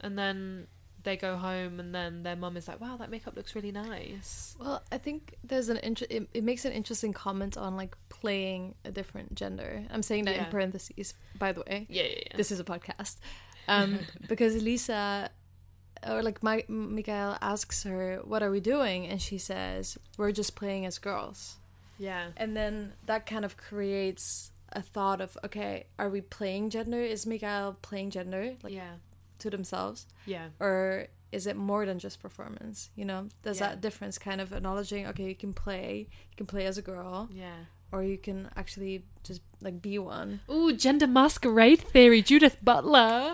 Speaker 4: and then they go home and then their mum is like, "Wow, that makeup looks really nice."
Speaker 3: Well, I think there's an inter- it, it makes an interesting comment on like playing a different gender. I'm saying that
Speaker 4: Yeah.
Speaker 3: in parentheses, by the way.
Speaker 4: Yeah, yeah, yeah.
Speaker 3: This is a podcast, um, because Lisa or like my Miguel asks her, "What are we doing?" and she says, "We're just playing as girls."
Speaker 4: Yeah.
Speaker 3: And then that kind of creates a thought of, okay, are we playing gender? Is Miguel playing gender? Like,
Speaker 4: Yeah.
Speaker 3: To themselves?
Speaker 4: Yeah.
Speaker 3: Or is it more than just performance? You know, there's
Speaker 4: Yeah.
Speaker 3: that difference kind of acknowledging, okay, you can play, you can play as a girl.
Speaker 4: Yeah.
Speaker 3: Or you can actually just like be one.
Speaker 4: Ooh, gender masquerade theory, Judith Butler.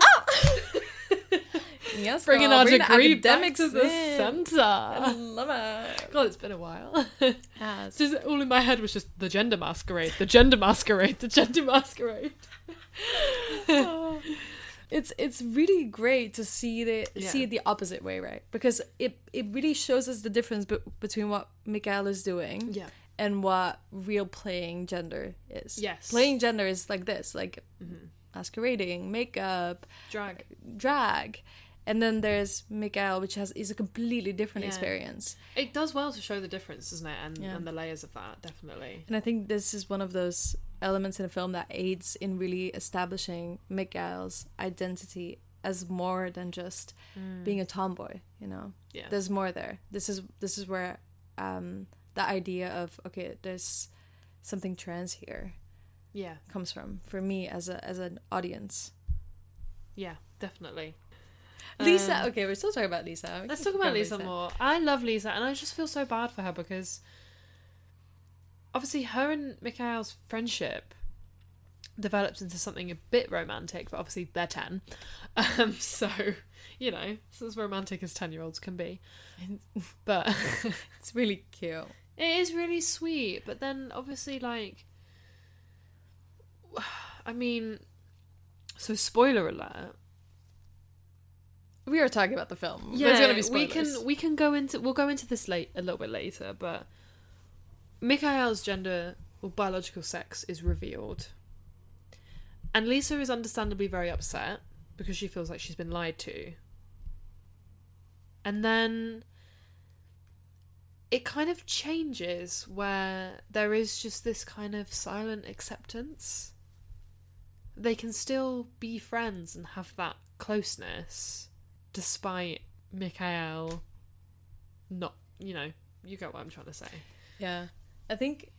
Speaker 3: Yes,
Speaker 4: Ah! Oh, Bringing
Speaker 3: girl,
Speaker 4: our
Speaker 3: bring the
Speaker 4: degree back
Speaker 3: academics
Speaker 4: to the
Speaker 3: in.
Speaker 4: centre.
Speaker 3: I love it.
Speaker 4: Oh God, it's been a while.
Speaker 3: Yes.
Speaker 4: Just- all in my head was just the gender masquerade, the gender masquerade, the gender masquerade.
Speaker 3: it's it's really great to see the
Speaker 4: Yeah.
Speaker 3: see it the opposite way, right? Because it it really shows us the difference be- between what Miguel is doing
Speaker 4: Yeah.
Speaker 3: and what real playing gender is.
Speaker 4: Yes.
Speaker 3: playing gender is like this, like masquerading, makeup,
Speaker 4: Drag.
Speaker 3: drag, and then there's Miguel, which has is a completely different
Speaker 4: Yeah.
Speaker 3: experience.
Speaker 4: It does well to show the difference, doesn't it? And,
Speaker 3: Yeah.
Speaker 4: and the layers of that, definitely.
Speaker 3: And I think this is one of those elements in the film that aids in really establishing Miguel's identity as more than just being a tomboy, you know.
Speaker 4: Mm. Yeah.
Speaker 3: There's more there. This is this is where um the idea of okay, there's something trans here
Speaker 4: Yeah.
Speaker 3: comes from for me as a as an audience.
Speaker 4: Yeah, definitely.
Speaker 3: Lisa, okay, we're still talking about Lisa. We
Speaker 4: Um, Let's
Speaker 3: keep
Speaker 4: talk about
Speaker 3: going,
Speaker 4: Lisa more. I love Lisa, and I just feel so bad for her because obviously her and Mikhail's friendship develops into something a bit romantic, but obviously they're 10. Um, so, you know, it's as romantic as 10 year olds can be. But
Speaker 3: It's really cute.
Speaker 4: it is really sweet, but then obviously, like, I mean, so spoiler alert.
Speaker 3: We are talking about the film.
Speaker 4: yeah,
Speaker 3: There's gonna be
Speaker 4: we
Speaker 3: spoilers.
Speaker 4: can we can go into we'll go into this late a little bit later, but Mikhail's gender or biological sex is revealed, and Lisa is understandably very upset because she feels like she's been lied to, and then it kind of changes where there is just this kind of silent acceptance. They can still be friends and have that closeness despite Mikhail not, you know, you get what I'm trying to say.
Speaker 3: Yeah, I think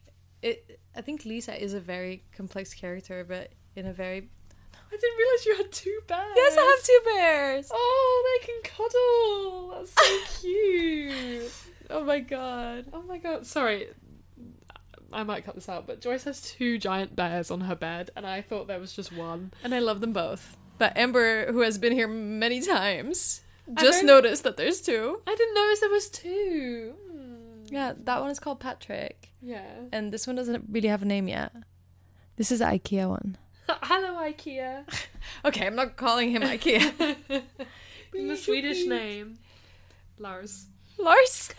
Speaker 3: it. I think Lisa is a very complex character, but in a very.
Speaker 4: I didn't realize you had two bears.
Speaker 3: Yes, I have two bears. Oh,
Speaker 4: Oh, they can cuddle. That's so cute.
Speaker 3: my god.
Speaker 4: Oh my god. Sorry. I might cut this out, but Joyce has two giant bears on her bed, and I thought there was just one.
Speaker 3: And I love them both. But Amber, who has been here many times,
Speaker 4: I
Speaker 3: just
Speaker 4: heard-
Speaker 3: noticed that there's two.
Speaker 4: I didn't notice there was two. Hmm.
Speaker 3: Yeah, that one is called Patrick,
Speaker 4: Yeah.
Speaker 3: and this one doesn't really have a name yet. This is the IKEA one.
Speaker 4: Hello, IKEA.
Speaker 3: Okay, I'm not calling him IKEA.
Speaker 4: In the Swedish name, Lars.
Speaker 3: Lars.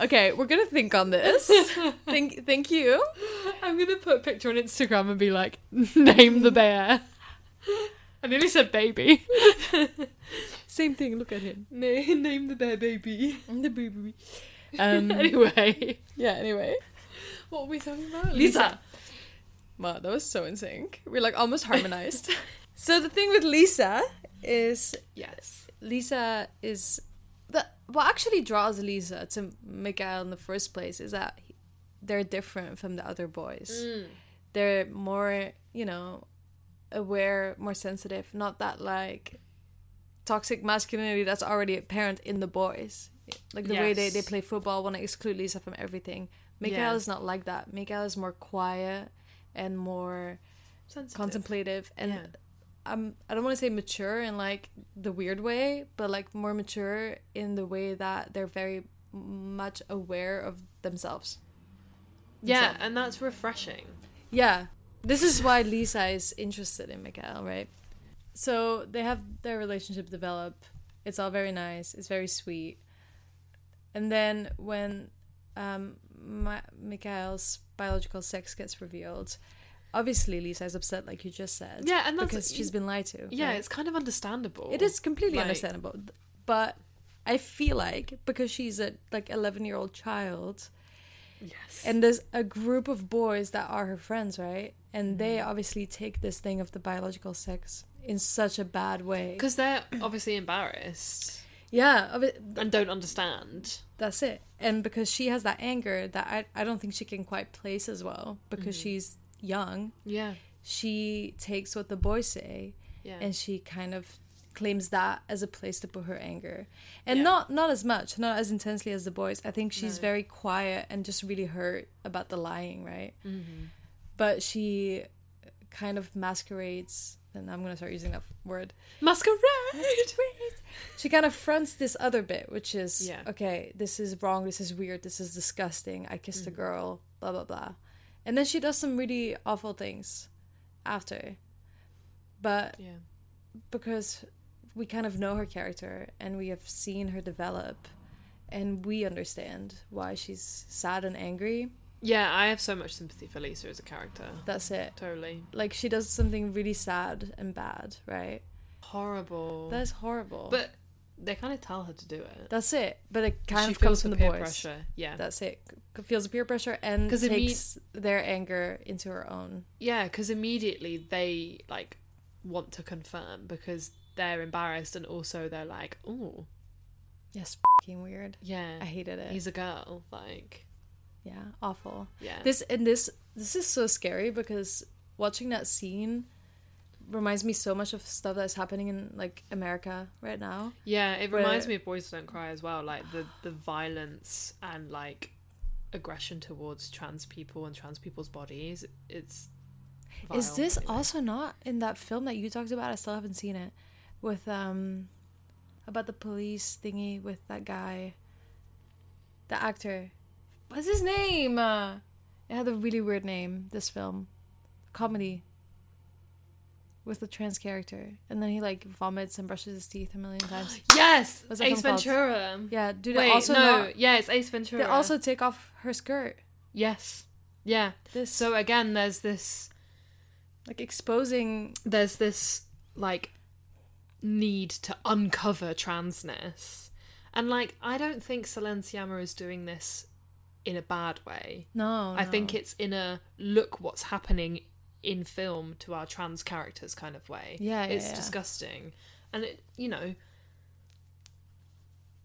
Speaker 3: okay, we're gonna think on this. thank, thank you.
Speaker 4: I'm gonna put a picture on Instagram and be like, name the bear. I nearly said baby.
Speaker 3: Same thing. Look at him.
Speaker 4: name, name the bear baby.
Speaker 3: The baby. Um.
Speaker 4: Anyway,
Speaker 3: yeah. Anyway,
Speaker 4: what were we talking about?
Speaker 3: Lisa. Wow, that was so in sync. We're like almost harmonized. so the thing with Lisa is
Speaker 4: Yes.
Speaker 3: Lisa is the what actually draws Lisa
Speaker 4: Mm.
Speaker 3: to Miguel in the first place is that he- they're different from the other boys. they're more, you know, aware, more sensitive, not that like toxic masculinity that's already apparent in the boys. Like the way they,
Speaker 4: Yes.
Speaker 3: they play football, want to exclude Lisa from everything. Mikael
Speaker 4: Yeah.
Speaker 3: is not like that. Mikael is more quiet and more
Speaker 4: Sensitive.
Speaker 3: contemplative and
Speaker 4: Yeah.
Speaker 3: I'm- I don't want to say mature in like the weird way, but like more mature in the way that they're very much aware of themselves.
Speaker 4: Yeah, and that's refreshing.
Speaker 3: Yeah. This is why Lisa is interested in Mikael, right? So they have their relationship develop. It's all very nice. It's very sweet. And then when um, Ma- Mikael's biological sex gets revealed, obviously Lisa is upset, like you just said.
Speaker 4: Yeah, and that's
Speaker 3: because she's been lied to.
Speaker 4: Yeah,
Speaker 3: right?
Speaker 4: it's kind of understandable.
Speaker 3: It is completely
Speaker 4: Like,
Speaker 3: understandable, th- but I feel like because she's a like eleven year old child,
Speaker 4: Yes.
Speaker 3: and there's a group of boys that are her friends, right? And they
Speaker 4: Mm-hmm.
Speaker 3: obviously take this thing of the biological sex in such a bad way.
Speaker 4: Because they're obviously embarrassed
Speaker 3: yeah, obvi-
Speaker 4: and don't understand.
Speaker 3: that's it. And because she has that anger that I I don't think she can quite place as well
Speaker 4: Mm-hmm.
Speaker 3: because she's young.
Speaker 4: Yeah.
Speaker 3: she takes what the boys say
Speaker 4: Yeah.
Speaker 3: and she kind of claims that as a place to put her anger and not not as much not as intensely as the boys i think she's
Speaker 4: No.
Speaker 3: very quiet and just really hurt about the lying right
Speaker 4: Mm-hmm.
Speaker 3: but she kind of masquerades and i'm going to start using that word
Speaker 4: Masquerade.
Speaker 3: she kind of fronts this other bit which is
Speaker 4: Yeah.
Speaker 3: okay this is wrong this is weird this is disgusting i kissed a
Speaker 4: Mm-hmm.
Speaker 3: girl blah blah blah and then she does some really awful things after but
Speaker 4: Yeah.
Speaker 3: because we kind of know her character and we have seen her develop and we understand why she's sad and angry
Speaker 4: Yeah, I have so much sympathy for Lisa as a character.
Speaker 3: that's it
Speaker 4: Totally.
Speaker 3: like she does something really sad and bad right
Speaker 4: Horrible.
Speaker 3: that's horrible
Speaker 4: Oh. But they kind of tell her to do it.
Speaker 3: that's it but it kind
Speaker 4: She
Speaker 3: of comes
Speaker 4: feels
Speaker 3: from
Speaker 4: the
Speaker 3: the
Speaker 4: peer
Speaker 3: boys
Speaker 4: pressure, yeah.
Speaker 3: that's it C- feels the peer pressure and
Speaker 4: 'Cause
Speaker 3: takes
Speaker 4: it me-
Speaker 3: their anger into her own
Speaker 4: Yeah, because immediately they like want to confirm because they're embarrassed and also they're like, oh,
Speaker 3: yes fucking weird
Speaker 4: yeah,
Speaker 3: i hated it
Speaker 4: He's a girl, like,
Speaker 3: yeah awful
Speaker 4: yeah.
Speaker 3: this and this this is so scary because watching that scene reminds me so much of stuff that's happening in like america right now
Speaker 4: yeah, it reminds
Speaker 3: where-
Speaker 4: me of Boys Don't Cry as well, like the the violence and like aggression towards trans people and trans people's bodies. It's
Speaker 3: is
Speaker 4: vile,
Speaker 3: this
Speaker 4: really.
Speaker 3: also not in that film that you talked about i still haven't seen it with um about the police thingy with that guy the actor what's his name uh, it had a really weird name this film comedy with the trans character and then he like vomits and brushes his teeth a million times
Speaker 4: yes
Speaker 3: What's that
Speaker 4: Ace
Speaker 3: film called?
Speaker 4: Ventura?
Speaker 3: Yeah, do they
Speaker 4: Wait,
Speaker 3: also
Speaker 4: no,
Speaker 3: not-
Speaker 4: yeah, it's Ace Ventura.
Speaker 3: They also take off her skirt,
Speaker 4: yes, yeah.
Speaker 3: This-
Speaker 4: So again, there's this
Speaker 3: like exposing.
Speaker 4: there's this like need to uncover transness. And like I don't think Silenciama is doing this in a bad way.
Speaker 3: Oh, No,
Speaker 4: I think
Speaker 3: no.
Speaker 4: it's in a look what's happening in film to our trans characters kind of way.
Speaker 3: Yeah, yeah,
Speaker 4: It's
Speaker 3: yeah.
Speaker 4: disgusting. And it you know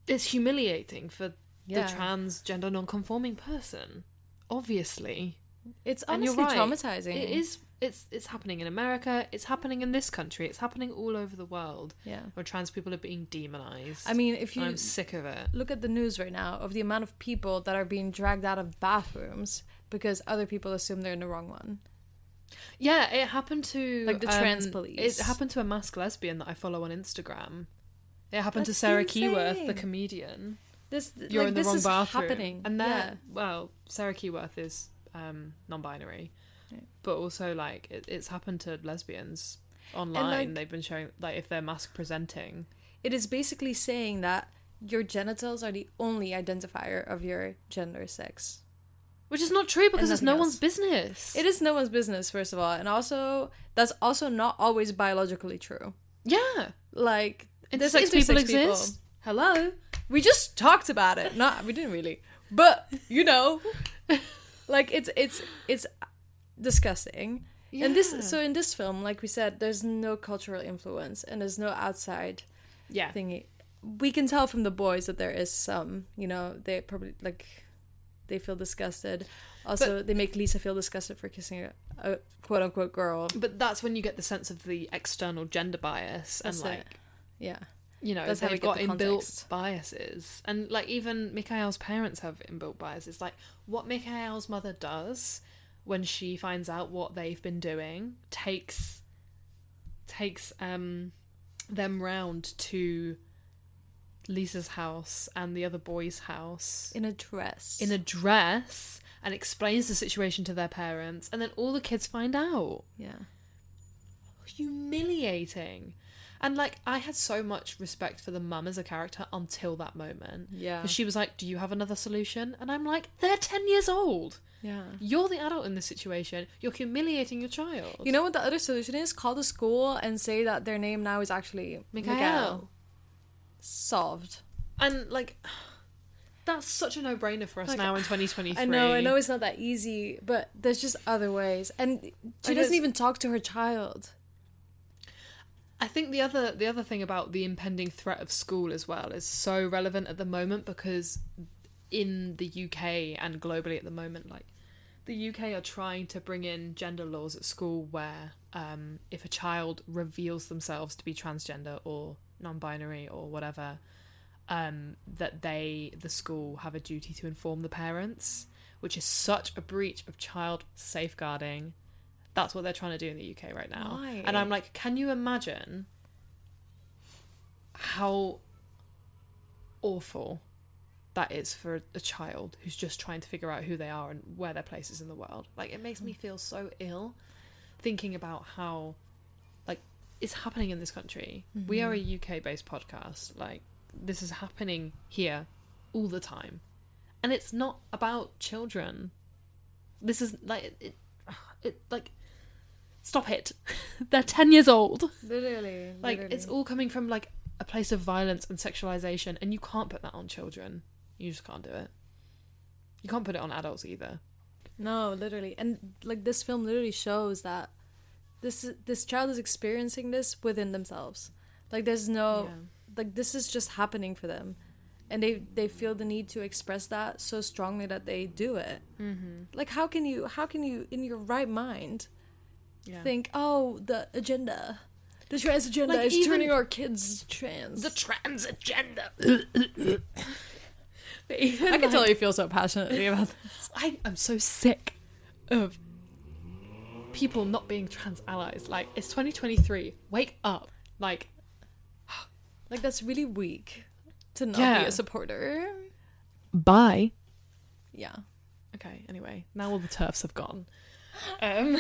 Speaker 4: it's humiliating for
Speaker 3: Yeah.
Speaker 4: the trans gender non-conforming person. Obviously
Speaker 3: It's
Speaker 4: and
Speaker 3: honestly
Speaker 4: you're right.
Speaker 3: traumatizing.
Speaker 4: It is. It's it's happening in America. It's happening in this country. It's happening all over the world.
Speaker 3: Yeah.
Speaker 4: where trans people are being demonized.
Speaker 3: I mean, if you-
Speaker 4: I'm sick of it.
Speaker 3: Look at the news right now of the amount of people that are being dragged out of bathrooms because other people assume they're in the wrong one.
Speaker 4: Yeah, it happened to um,
Speaker 3: Like the trans police.
Speaker 4: It happened to a masked lesbian that I follow on Instagram. It happened to
Speaker 3: That's
Speaker 4: Sarah Keyworth, the
Speaker 3: insane.
Speaker 4: comedian.
Speaker 3: This
Speaker 4: You're
Speaker 3: like,
Speaker 4: in the
Speaker 3: this
Speaker 4: wrong
Speaker 3: is
Speaker 4: bathroom.
Speaker 3: happening,
Speaker 4: And that
Speaker 3: yeah.
Speaker 4: well, Sarah Keyworth is um, non-binary,
Speaker 3: Right.
Speaker 4: but also like it, it's happened to lesbians online.
Speaker 3: like-
Speaker 4: They've been showing like if they're mask presenting.
Speaker 3: It is basically saying that your genitals are the only identifier of your gender sex.
Speaker 4: Which is not true because it's
Speaker 3: nothing
Speaker 4: no
Speaker 3: else.
Speaker 4: one's business.
Speaker 3: It is no one's business, first of all, and also that's also not always biologically true.
Speaker 4: Yeah.
Speaker 3: Like
Speaker 4: Intersex
Speaker 3: there's
Speaker 4: people
Speaker 3: intersex
Speaker 4: exist. Hello.
Speaker 3: we just talked about it not we didn't really but you know like it's it's it's disgusting and this
Speaker 4: Yeah.
Speaker 3: so in this film like we said there's no cultural influence and there's no outside
Speaker 4: Yeah.
Speaker 3: thingy we can tell from the boys that there is some you know they probably like They feel disgusted. Also, they make Lisa feel disgusted for kissing a, a quote unquote girl.
Speaker 4: But that's when you get the sense of the external gender bias
Speaker 3: That's it.
Speaker 4: and like
Speaker 3: Yeah.
Speaker 4: you know
Speaker 3: That's how we
Speaker 4: they've
Speaker 3: get
Speaker 4: got
Speaker 3: the
Speaker 4: inbuilt
Speaker 3: context.
Speaker 4: biases, and like even Mikhail's parents have inbuilt biases. Like what Mikhail's mother does when she finds out what they've been doing takes takes um them round to Lisa's house and the other boy's house
Speaker 3: In a dress.
Speaker 4: in a dress and explains the situation to their parents, and then all the kids find out.
Speaker 3: Yeah.
Speaker 4: Humiliating. And like, I had so much respect for the mum as a character until that moment.
Speaker 3: Yeah.
Speaker 4: 'Cause She was like, Do you have another solution? And I'm like, They're 10 years old.
Speaker 3: Yeah.
Speaker 4: You're the adult in this situation. You're humiliating your child.
Speaker 3: You know what the other solution is? Call the school and say that their name now is actually
Speaker 4: Mikhail.
Speaker 3: Miguel. Solved.
Speaker 4: And like, that's such a no brainer for us
Speaker 3: Like,
Speaker 4: now in 2023.
Speaker 3: I know, I know it's not that easy, but there's just other ways. And she
Speaker 4: Like,
Speaker 3: doesn't
Speaker 4: it's-
Speaker 3: even talk to her child.
Speaker 4: I think the other the other thing about the impending threat of school as well is so relevant at the moment because in the UK and globally at the moment, like the UK are trying to bring in gender laws at school where um, if a child reveals themselves to be transgender or non-binary or whatever, um, that they the school have a duty to inform the parents, which is such a breach of child safeguarding. That's what they're trying to do in the UK right now,
Speaker 3: Why?
Speaker 4: and I'm like, can you imagine how awful that is for a child who's just trying to figure out who they are and where their place is in the world. Like it makes me feel so ill thinking about how like it's happening in this country. We are a UK based podcast. Like this is happening here all the time. And it's not about children. This is like it, it like stop it. They're 10 years old
Speaker 3: Literally.
Speaker 4: like it's all coming from like a place of violence and sexualization and you can't put that on children you just can't do it you can't put it on adults either
Speaker 3: No, literally. And like this film literally shows that this is- this child is experiencing this within themselves. Like there's no
Speaker 4: Yeah.
Speaker 3: like this is just happening for them. And they they feel the need to express that so strongly that they do it. Mm-hmm. Like how can you how can you in your right mind
Speaker 4: yeah
Speaker 3: think, "Oh, the agenda. The trans agenda
Speaker 4: Like,
Speaker 3: is
Speaker 4: even-
Speaker 3: turning our kids trans."
Speaker 4: the trans agenda But even, like,
Speaker 3: you feel so passionately about that.
Speaker 4: I, i'm so sick of people not being trans allies like it's 2023 wake up like
Speaker 3: Like that's really weak to not be
Speaker 4: Yeah.
Speaker 3: a supporter.
Speaker 4: bye
Speaker 3: Yeah.
Speaker 4: okay anyway now all the turfs have gone um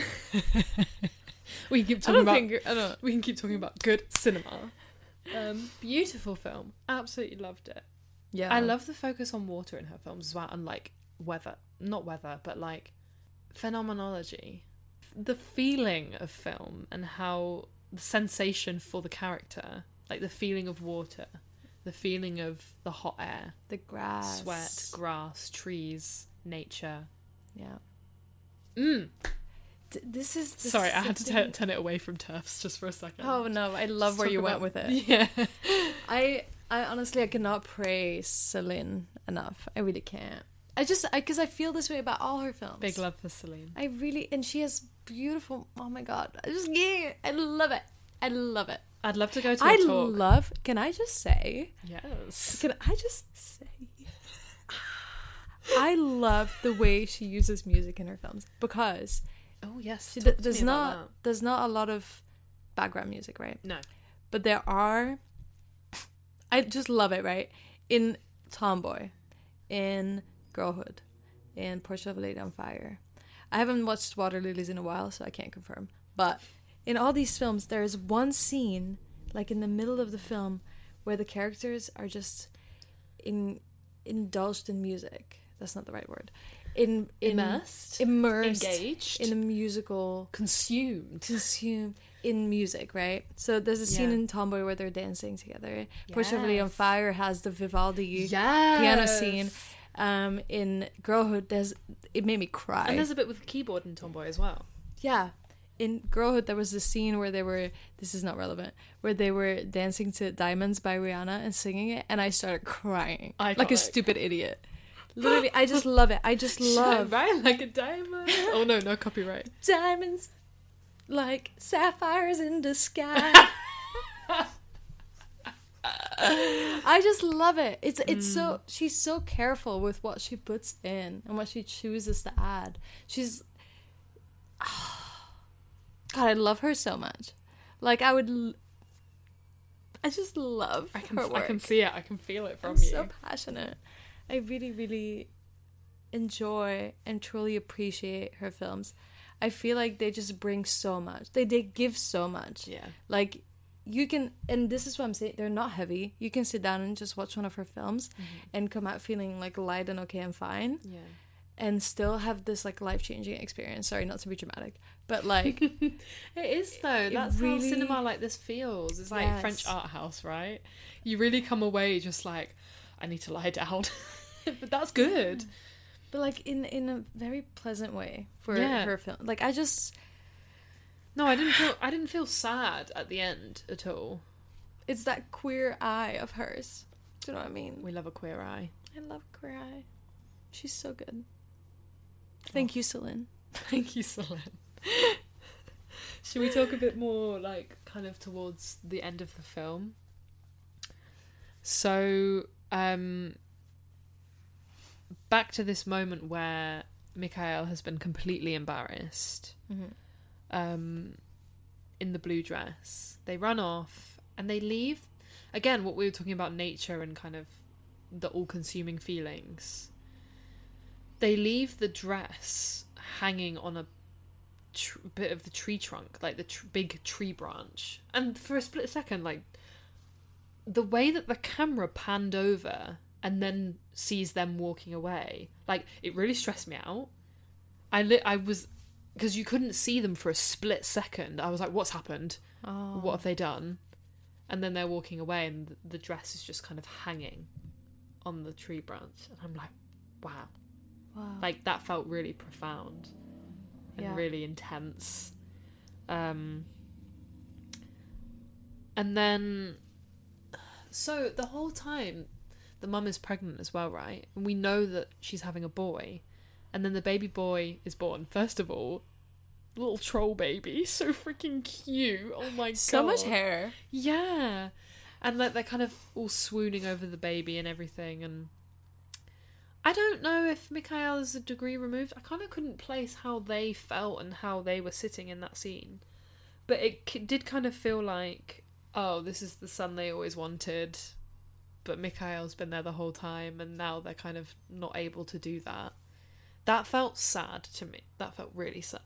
Speaker 4: we keep talking
Speaker 3: I don't
Speaker 4: about
Speaker 3: think I don't
Speaker 4: we can keep talking about good cinema. Um, beautiful film. Absolutely loved it.
Speaker 3: Yeah.
Speaker 4: I love the focus on water in her films as well, and like weather, not weather, but like phenomenology. The feeling of film and how the sensation for the character, like the feeling of water, the feeling of the hot air,
Speaker 3: the grass.
Speaker 4: sweat, grass, trees, nature.
Speaker 3: Yeah.
Speaker 4: Mm.
Speaker 3: Th- this is this
Speaker 4: Sorry,
Speaker 3: is
Speaker 4: I had to
Speaker 3: something-
Speaker 4: turn turn it away from turfs just for a second.
Speaker 3: Oh no, I love
Speaker 4: Just
Speaker 3: where
Speaker 4: talk
Speaker 3: you
Speaker 4: about-
Speaker 3: went with it.
Speaker 4: Yeah.
Speaker 3: I I honestly I cannot praise Celine enough. I really can't. I just I because I feel this way about all her films.
Speaker 4: Big love for Celine.
Speaker 3: I really and she has beautiful. Oh my god, I just yeah, I love it. I love it.
Speaker 4: I'd love to go to a
Speaker 3: I
Speaker 4: talk.
Speaker 3: love. Can I just say?
Speaker 4: yes.
Speaker 3: Can I just say? I love the way she uses music in her films because
Speaker 4: Oh yes.
Speaker 3: she
Speaker 4: Talk
Speaker 3: d-
Speaker 4: to
Speaker 3: there's
Speaker 4: me about
Speaker 3: not there's not a lot of background music, right?
Speaker 4: that. No.
Speaker 3: But there are. I just love it, right? In Tomboy, in Girlhood, in Portrait of a Lady on Fire. I haven't watched Water Lilies in a while, so I can't confirm. But in all these films, there is one scene, like in the middle of the film, where the characters are just in indulged in music. That's not the right word. In, in
Speaker 4: Immersed?
Speaker 3: immersed,
Speaker 4: Engaged?
Speaker 3: in a musical
Speaker 4: Consumed.
Speaker 3: consume in music, right? So there's a scene
Speaker 4: Yeah.
Speaker 3: in Tomboy where they're dancing together. Portia of Lady on
Speaker 4: Yes.
Speaker 3: Fire has the Vivaldi piano
Speaker 4: Yes.
Speaker 3: scene. Um, in Girlhood, there's it made me cry.
Speaker 4: And there's a bit with the keyboard in Tomboy as well.
Speaker 3: yeah, in Girlhood there was a scene where they were this is not relevant where they were dancing to Diamonds by Rihanna and singing it, and I started crying like a
Speaker 4: Iconic.
Speaker 3: stupid idiot. Literally, I just love it. I just love
Speaker 4: right like a diamond. Oh no, no copyright.
Speaker 3: diamonds, like sapphires in the sky. I just love it. It's it's
Speaker 4: Mm.
Speaker 3: so she's so careful with what she puts in and what she chooses to add. She's God, I love her so much. Like I would, l- I just love.
Speaker 4: I can
Speaker 3: her
Speaker 4: I can
Speaker 3: work.
Speaker 4: see it. I can feel it from
Speaker 3: I'm
Speaker 4: you.
Speaker 3: so passionate. I really, really enjoy and truly appreciate her films. I feel like they just bring so much. They they give so much.
Speaker 4: Yeah.
Speaker 3: Like you can and this is what I'm saying, they're not heavy. You can sit down and just watch one of her films and come out feeling like light and okay and fine
Speaker 4: Mm-hmm. yeah.
Speaker 3: and still have this like life changing experience. Sorry, not to be dramatic. But like
Speaker 4: It is though. That's how
Speaker 3: really-
Speaker 4: cinema like this feels. It's like French
Speaker 3: Yes.
Speaker 4: art house, right? You really come away just like, I need to lie down. but that's good.
Speaker 3: but like in in a very pleasant way for
Speaker 4: Yeah.
Speaker 3: her film. Like I just
Speaker 4: No, I didn't feel I didn't feel sad at the end at all.
Speaker 3: it's that queer eye of hers. Do you know what I mean?
Speaker 4: We love a queer eye.
Speaker 3: I love Queer Eye. She's so good. Thank you, Celine.
Speaker 4: Thank you, Celine. Should we talk a bit more like kind of towards the end of the film? So, um back to this moment where Mikhail has been completely embarrassed. Um in the blue dress. They run off and they leave. Again, what we were talking about nature and kind of the all consuming feelings. They leave the dress hanging on a tr- bit of the tree trunk, like the tr- big tree branch. And for a split second, like the way that the camera panned over and then sees them walking away, like it really stressed me out. I li- I was because you couldn't see them for a split second. I was like, "What's happened? What have they done?" And then they're walking away, and th- the dress is just kind of hanging on the tree branch, and I'm like, "Wow!"
Speaker 3: Wow.
Speaker 4: Like that felt really profound and
Speaker 3: Yeah.
Speaker 4: really intense. Um, and then, so the whole time, the mum is pregnant as well, right? And we know that she's having a boy, and then the baby boy is born. First of all, little troll baby, so freaking cute. Oh my god,
Speaker 3: So much hair.
Speaker 4: yeah. And like they're kind of all swooning over the baby and everything and I don't know if Mikhail is a degree removed. I kind of couldn't place how they felt and how they were sitting in that scene. But it c- did kind of feel like, oh, this is the son they always wanted. But Mikhail's been there the whole time and now they're kind of not able to do that. That felt sad to me. That felt really sad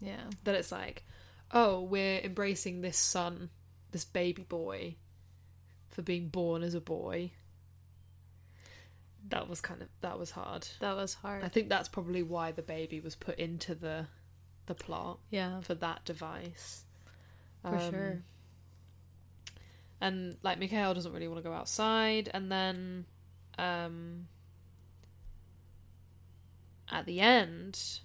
Speaker 3: Yeah.
Speaker 4: that it's like, oh, we're embracing this son, this baby boy, for being born as a boy. That was kind of that was hard.
Speaker 3: That was hard.
Speaker 4: I think that's probably why the baby was put into the the plot
Speaker 3: yeah,
Speaker 4: for that device.
Speaker 3: for
Speaker 4: Um,
Speaker 3: sure.
Speaker 4: And like Mikhail doesn't really want to go outside, and then um at the end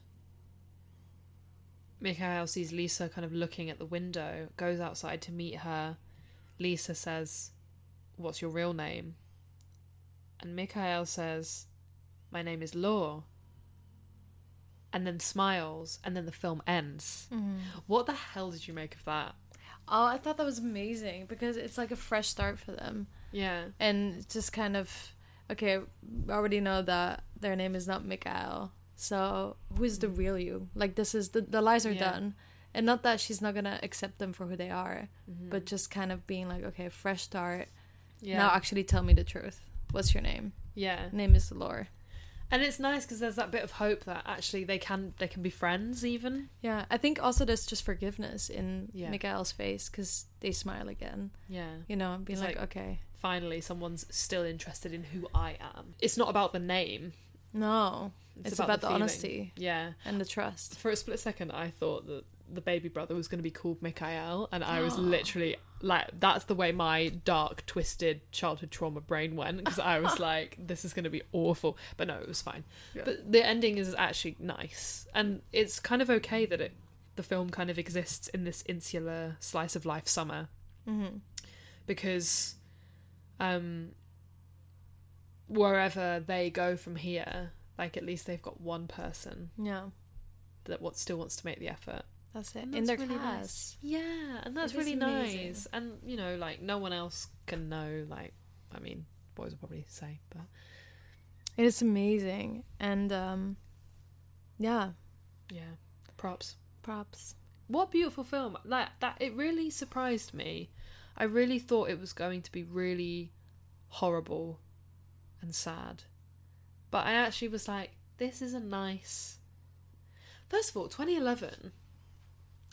Speaker 4: Mikhail sees Lisa kind of looking at the window, goes outside to meet her. Lisa says, What's your real name? And Mikhail says, My name is Law. And then smiles, and then the film ends.
Speaker 3: Mm-hmm.
Speaker 4: What the hell did you make of that?
Speaker 3: Oh, I thought that was amazing because it's like a fresh start for them.
Speaker 4: Yeah.
Speaker 3: And it's just kind of okay, we already know that their name is not Mikhail. So who is the real you? Like this is the the lies are
Speaker 4: Yeah.
Speaker 3: done. And not that she's not gonna accept them for who they are, but just kind of being like, Okay, fresh start.
Speaker 4: Yeah.
Speaker 3: Now actually tell me the truth. What's your name?
Speaker 4: yeah.
Speaker 3: Name is Lore.
Speaker 4: And it's nice because there's that bit of hope that actually they can they can be friends even.
Speaker 3: Yeah, I think also there's just forgiveness in
Speaker 4: Yeah.
Speaker 3: Miguel's face because they smile again,
Speaker 4: Yeah.
Speaker 3: you know, and being
Speaker 4: It's
Speaker 3: like,
Speaker 4: like-
Speaker 3: okay,
Speaker 4: Finally, someone's still interested in who I am. It's not about the name.
Speaker 3: no, it's, about, the,
Speaker 4: feeling.
Speaker 3: honesty
Speaker 4: Yeah.
Speaker 3: and the trust.
Speaker 4: For a split second, I thought that the baby brother was going to be called Mikhail, and I was literally like, that's the way my dark, twisted childhood trauma brain went because I was like, this is going to be awful. But no, it was fine. But the ending is actually nice, and it's kind of okay that it the film kind of exists in this insular slice of life summer
Speaker 3: Mm-hmm.
Speaker 4: because um wherever they go from here, like at least they've got one person
Speaker 3: Yeah,
Speaker 4: that what still wants to make the effort.
Speaker 3: that's it.
Speaker 4: And
Speaker 3: In
Speaker 4: that's
Speaker 3: their
Speaker 4: really
Speaker 3: class.
Speaker 4: Nice. Yeah, and that's
Speaker 3: It is
Speaker 4: really
Speaker 3: amazing.
Speaker 4: nice. And you know, like no one else can know. Like, I mean, boys will probably say, but
Speaker 3: It is amazing. And um, yeah,
Speaker 4: yeah, props.
Speaker 3: props.
Speaker 4: What a beautiful film! Like that, it really surprised me. I really thought it was going to be really horrible and sad, but I actually was like, this is a nice. First of all, 2011,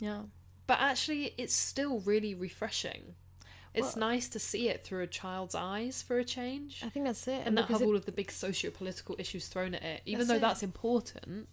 Speaker 3: Yeah.
Speaker 4: but actually, it's still really refreshing. It's
Speaker 3: Well-
Speaker 4: nice to see it through a child's eyes for a change,
Speaker 3: I think that's it.
Speaker 4: and not
Speaker 3: because
Speaker 4: have
Speaker 3: it-
Speaker 4: all of the big socio-political issues thrown at it. Even
Speaker 3: That's
Speaker 4: though
Speaker 3: it.
Speaker 4: that's important,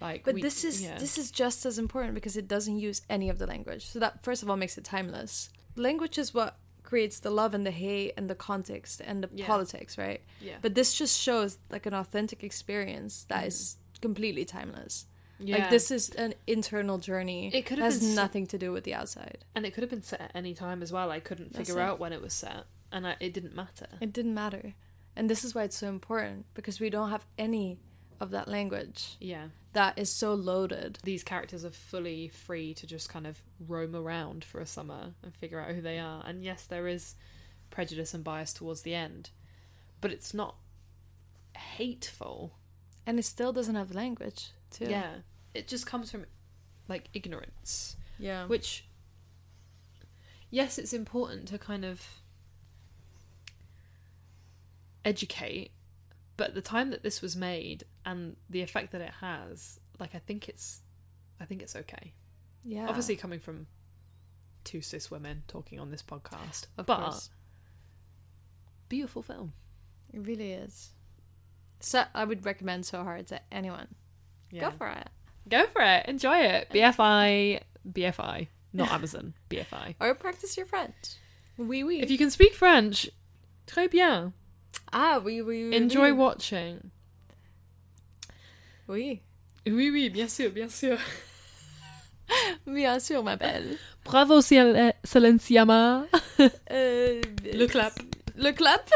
Speaker 4: like,
Speaker 3: But
Speaker 4: we-
Speaker 3: this is
Speaker 4: yeah.
Speaker 3: this is just as important because it doesn't use any of the language. So that first of all makes it timeless. Language is what creates the love and the hate and the context and the
Speaker 4: Yeah.
Speaker 3: politics, right?
Speaker 4: Yeah. Mm.
Speaker 3: But this just shows like an authentic experience that is completely timeless.
Speaker 4: Yeah.
Speaker 3: Like this is an internal journey.
Speaker 4: It could
Speaker 3: It
Speaker 4: have
Speaker 3: has
Speaker 4: been s-
Speaker 3: nothing to do with the outside.
Speaker 4: And it could have been set at any time as well. I couldn't
Speaker 3: That's
Speaker 4: figure
Speaker 3: it.
Speaker 4: out when it was set, and I, it didn't matter.
Speaker 3: It didn't matter. And this is why it's so important because we don't have any of that language
Speaker 4: Yeah.
Speaker 3: that is so loaded.
Speaker 4: These characters are fully free to just kind of roam around for a summer and figure out who they are. And yes, there is prejudice and bias towards the end, but it's not hateful.
Speaker 3: And it still doesn't have language, too.
Speaker 4: Yeah. It just comes from like ignorance.
Speaker 3: Yeah.
Speaker 4: Which, yes, it's important to kind of educate, but the time that this was made and the effect that it has, like, I think it's, I think it's okay.
Speaker 3: Yeah.
Speaker 4: Obviously, coming from two cis women talking on this podcast,
Speaker 3: Of
Speaker 4: but
Speaker 3: course.
Speaker 4: beautiful film.
Speaker 3: It really is. So I would recommend so hard to anyone.
Speaker 4: Yeah.
Speaker 3: Go for it.
Speaker 4: Go for it. Enjoy it. BFI, BFI, not Amazon. BFI.
Speaker 3: Or practice your French. Oui, oui.
Speaker 4: If you can speak French, très bien.
Speaker 3: ah, oui, oui, oui.
Speaker 4: Enjoy
Speaker 3: oui.
Speaker 4: watching.
Speaker 3: Oui.
Speaker 4: Oui, oui, bien sûr, bien sûr.
Speaker 3: Bien sûr, ma belle.
Speaker 4: Bravo, Siel- Silenciama.
Speaker 3: Euh,
Speaker 4: Le clap.
Speaker 3: Le clap.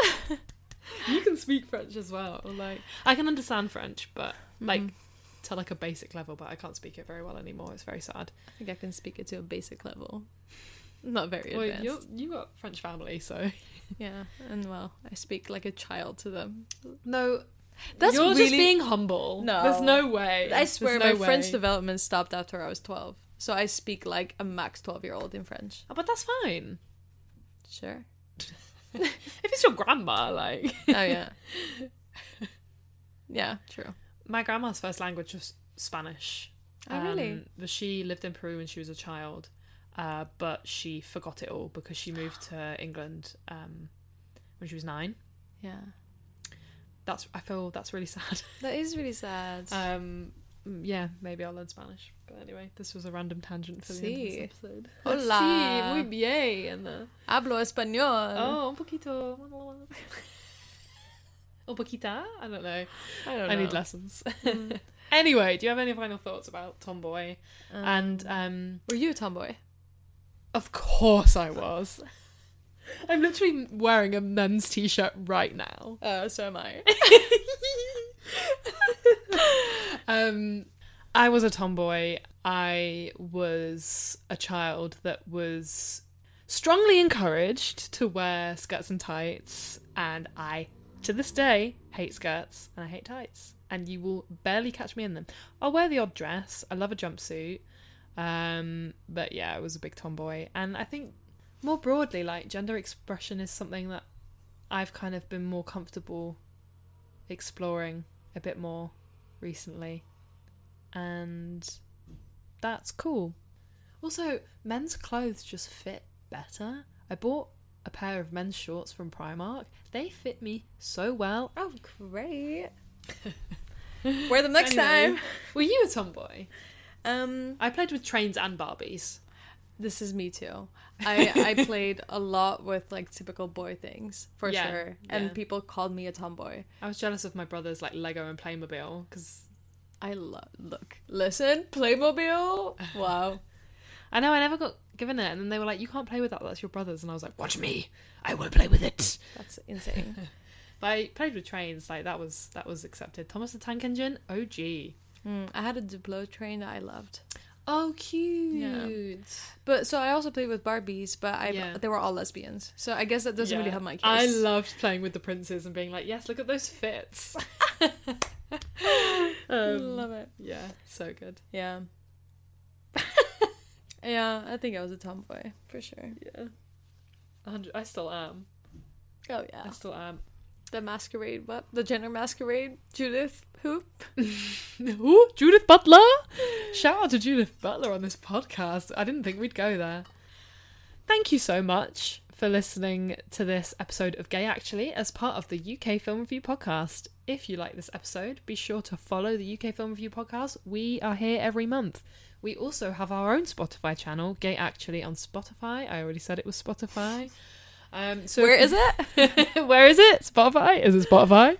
Speaker 4: You can speak French as well. or, Like, I can understand French, but
Speaker 3: Mm-hmm.
Speaker 4: like to like a basic level. But I can't speak it very well anymore. It's very sad.
Speaker 3: I think I can speak it to a basic level. Not very
Speaker 4: Well,
Speaker 3: advanced.
Speaker 4: you you got French family, so
Speaker 3: Yeah, and well, I speak like a child to them.
Speaker 4: no.
Speaker 3: That's
Speaker 4: you're just
Speaker 3: really-
Speaker 4: being humble.
Speaker 3: No.
Speaker 4: there's no way.
Speaker 3: I swear,
Speaker 4: There's no
Speaker 3: my French
Speaker 4: way.
Speaker 3: development stopped after I was 12. So I speak like a max 12 year old in French.
Speaker 4: Oh, but that's fine.
Speaker 3: Sure.
Speaker 4: If it's your grandma, like
Speaker 3: Oh, yeah. yeah, true.
Speaker 4: my grandma's first language was Spanish.
Speaker 3: Oh, really?
Speaker 4: Um, But she lived in Peru when she was a child, uh, but she forgot it all because she moved to England um, when she was nine.
Speaker 3: Yeah.
Speaker 4: That's I feel that's really sad.
Speaker 3: That is really sad.
Speaker 4: Um, mm, yeah, maybe I'll learn Spanish. But anyway, this was a random tangent for the end of
Speaker 3: Sí.
Speaker 4: this episode.
Speaker 3: Hola.
Speaker 4: Sí, muy bien.
Speaker 3: Hablo español.
Speaker 4: Oh, un poquito. Un poquita? I don't know.
Speaker 3: I don't
Speaker 4: I need
Speaker 3: know. Mm.
Speaker 4: lessons. anyway, do you have any final thoughts about Tomboy?
Speaker 3: Um,
Speaker 4: and um,
Speaker 3: Were you a tomboy?
Speaker 4: of course I was. I'm literally wearing a men's t-shirt right now.
Speaker 3: Uh, so am I.
Speaker 4: um, I was a tomboy. I was a child that was strongly encouraged to wear skirts and tights, and I, to this day, hate skirts and I hate tights. And you will barely catch me in them. I'll wear the odd dress. I love a jumpsuit. Um, but yeah, I was a big tomboy, and I think more broadly, like gender expression is something that I've kind of been more comfortable exploring a bit more recently. And that's cool. Also, men's clothes just fit better. I bought a pair of men's shorts from Primark. They fit me so well.
Speaker 3: oh, great. Wear them next
Speaker 4: Anyway,
Speaker 3: time.
Speaker 4: Were you a tomboy?
Speaker 3: Um,
Speaker 4: I played with trains and Barbies.
Speaker 3: This is me too. I, I played a lot with like typical boy things for
Speaker 4: Yeah,
Speaker 3: sure,
Speaker 4: yeah.
Speaker 3: and people called me a tomboy.
Speaker 4: I was jealous of my brothers like Lego and Playmobil because
Speaker 3: I love look, listen, Playmobil. Wow,
Speaker 4: I know I never got given it, and then they were like, "You can't play with that. That's your brother's." And I was like, "Watch me! I will play with it."
Speaker 3: that's insane.
Speaker 4: They played with trains, like that was that was accepted. Thomas the Tank Engine, OG.
Speaker 3: Mm, I had a Duplo train that I loved.
Speaker 4: Oh, cute.
Speaker 3: But so I also played with Barbies, but I
Speaker 4: Yeah.
Speaker 3: they were all lesbians. So I guess that doesn't really
Speaker 4: Yeah.
Speaker 3: help my case.
Speaker 4: I loved playing with the princes and being like, yes, look at those fits. Um,
Speaker 3: Love it.
Speaker 4: Yeah, so good.
Speaker 3: Yeah. yeah, I think I was a tomboy for sure.
Speaker 4: Yeah. 100 I still am.
Speaker 3: Oh yeah.
Speaker 4: I still am.
Speaker 3: The masquerade, what? The gender masquerade? Judith Hoop?
Speaker 4: Ooh, Judith Butler! Shout out to Judith Butler on this podcast. I didn't think we'd go there. Thank you so much for listening to this episode of Gay Actually as part of the UK Film Review podcast. If you like this episode, be sure to follow the UK Film Review podcast. We are here every month. We also have our own Spotify channel, Gay Actually, on Spotify. I already said it was Spotify. Um, so
Speaker 3: Where
Speaker 4: if
Speaker 3: is
Speaker 4: you-
Speaker 3: it?
Speaker 4: Where is it? Spotify? Is it Spotify?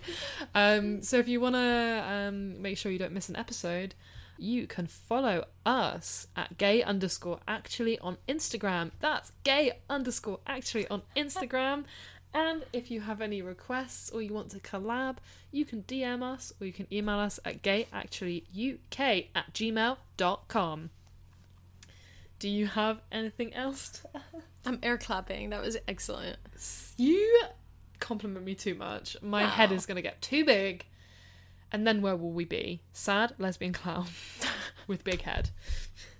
Speaker 4: Um, so if you want to um, make sure you don't miss an episode, you can follow us at gay underscore actually on Instagram. That's gay underscore actually on Instagram. And if you have any requests or you want to collab, you can DM us or you can email us at gayactuallyuk at gmail.com. Do you have anything else to
Speaker 3: I'm air clapping. That was excellent.
Speaker 4: you compliment me too much. My head is going to get too big. And then where will we be? Sad lesbian clown with big head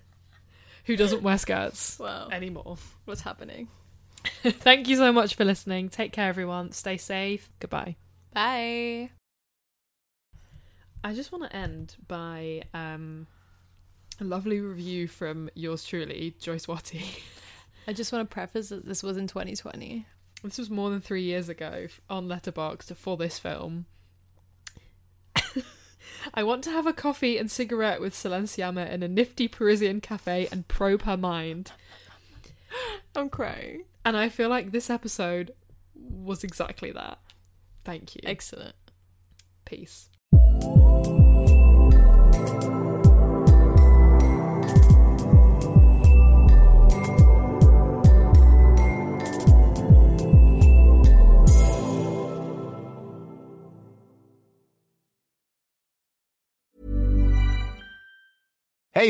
Speaker 4: who doesn't wear skirts
Speaker 3: Wow.
Speaker 4: anymore.
Speaker 3: What's happening?
Speaker 4: Thank you so much for listening. Take care, everyone. Stay safe. Goodbye.
Speaker 3: Bye.
Speaker 4: I just want to end by um, a lovely review from yours truly, Joyce Watty.
Speaker 3: I just want to preface that this was in 2020.
Speaker 4: This was more than three years ago f- on Letterboxd for this film. I want to have a coffee and cigarette with Silenciama in a nifty Parisian cafe and probe her mind.
Speaker 3: I'm crying.
Speaker 4: And I feel like this episode was exactly that. Thank you.
Speaker 3: Excellent.
Speaker 4: Peace.
Speaker 11: Hey,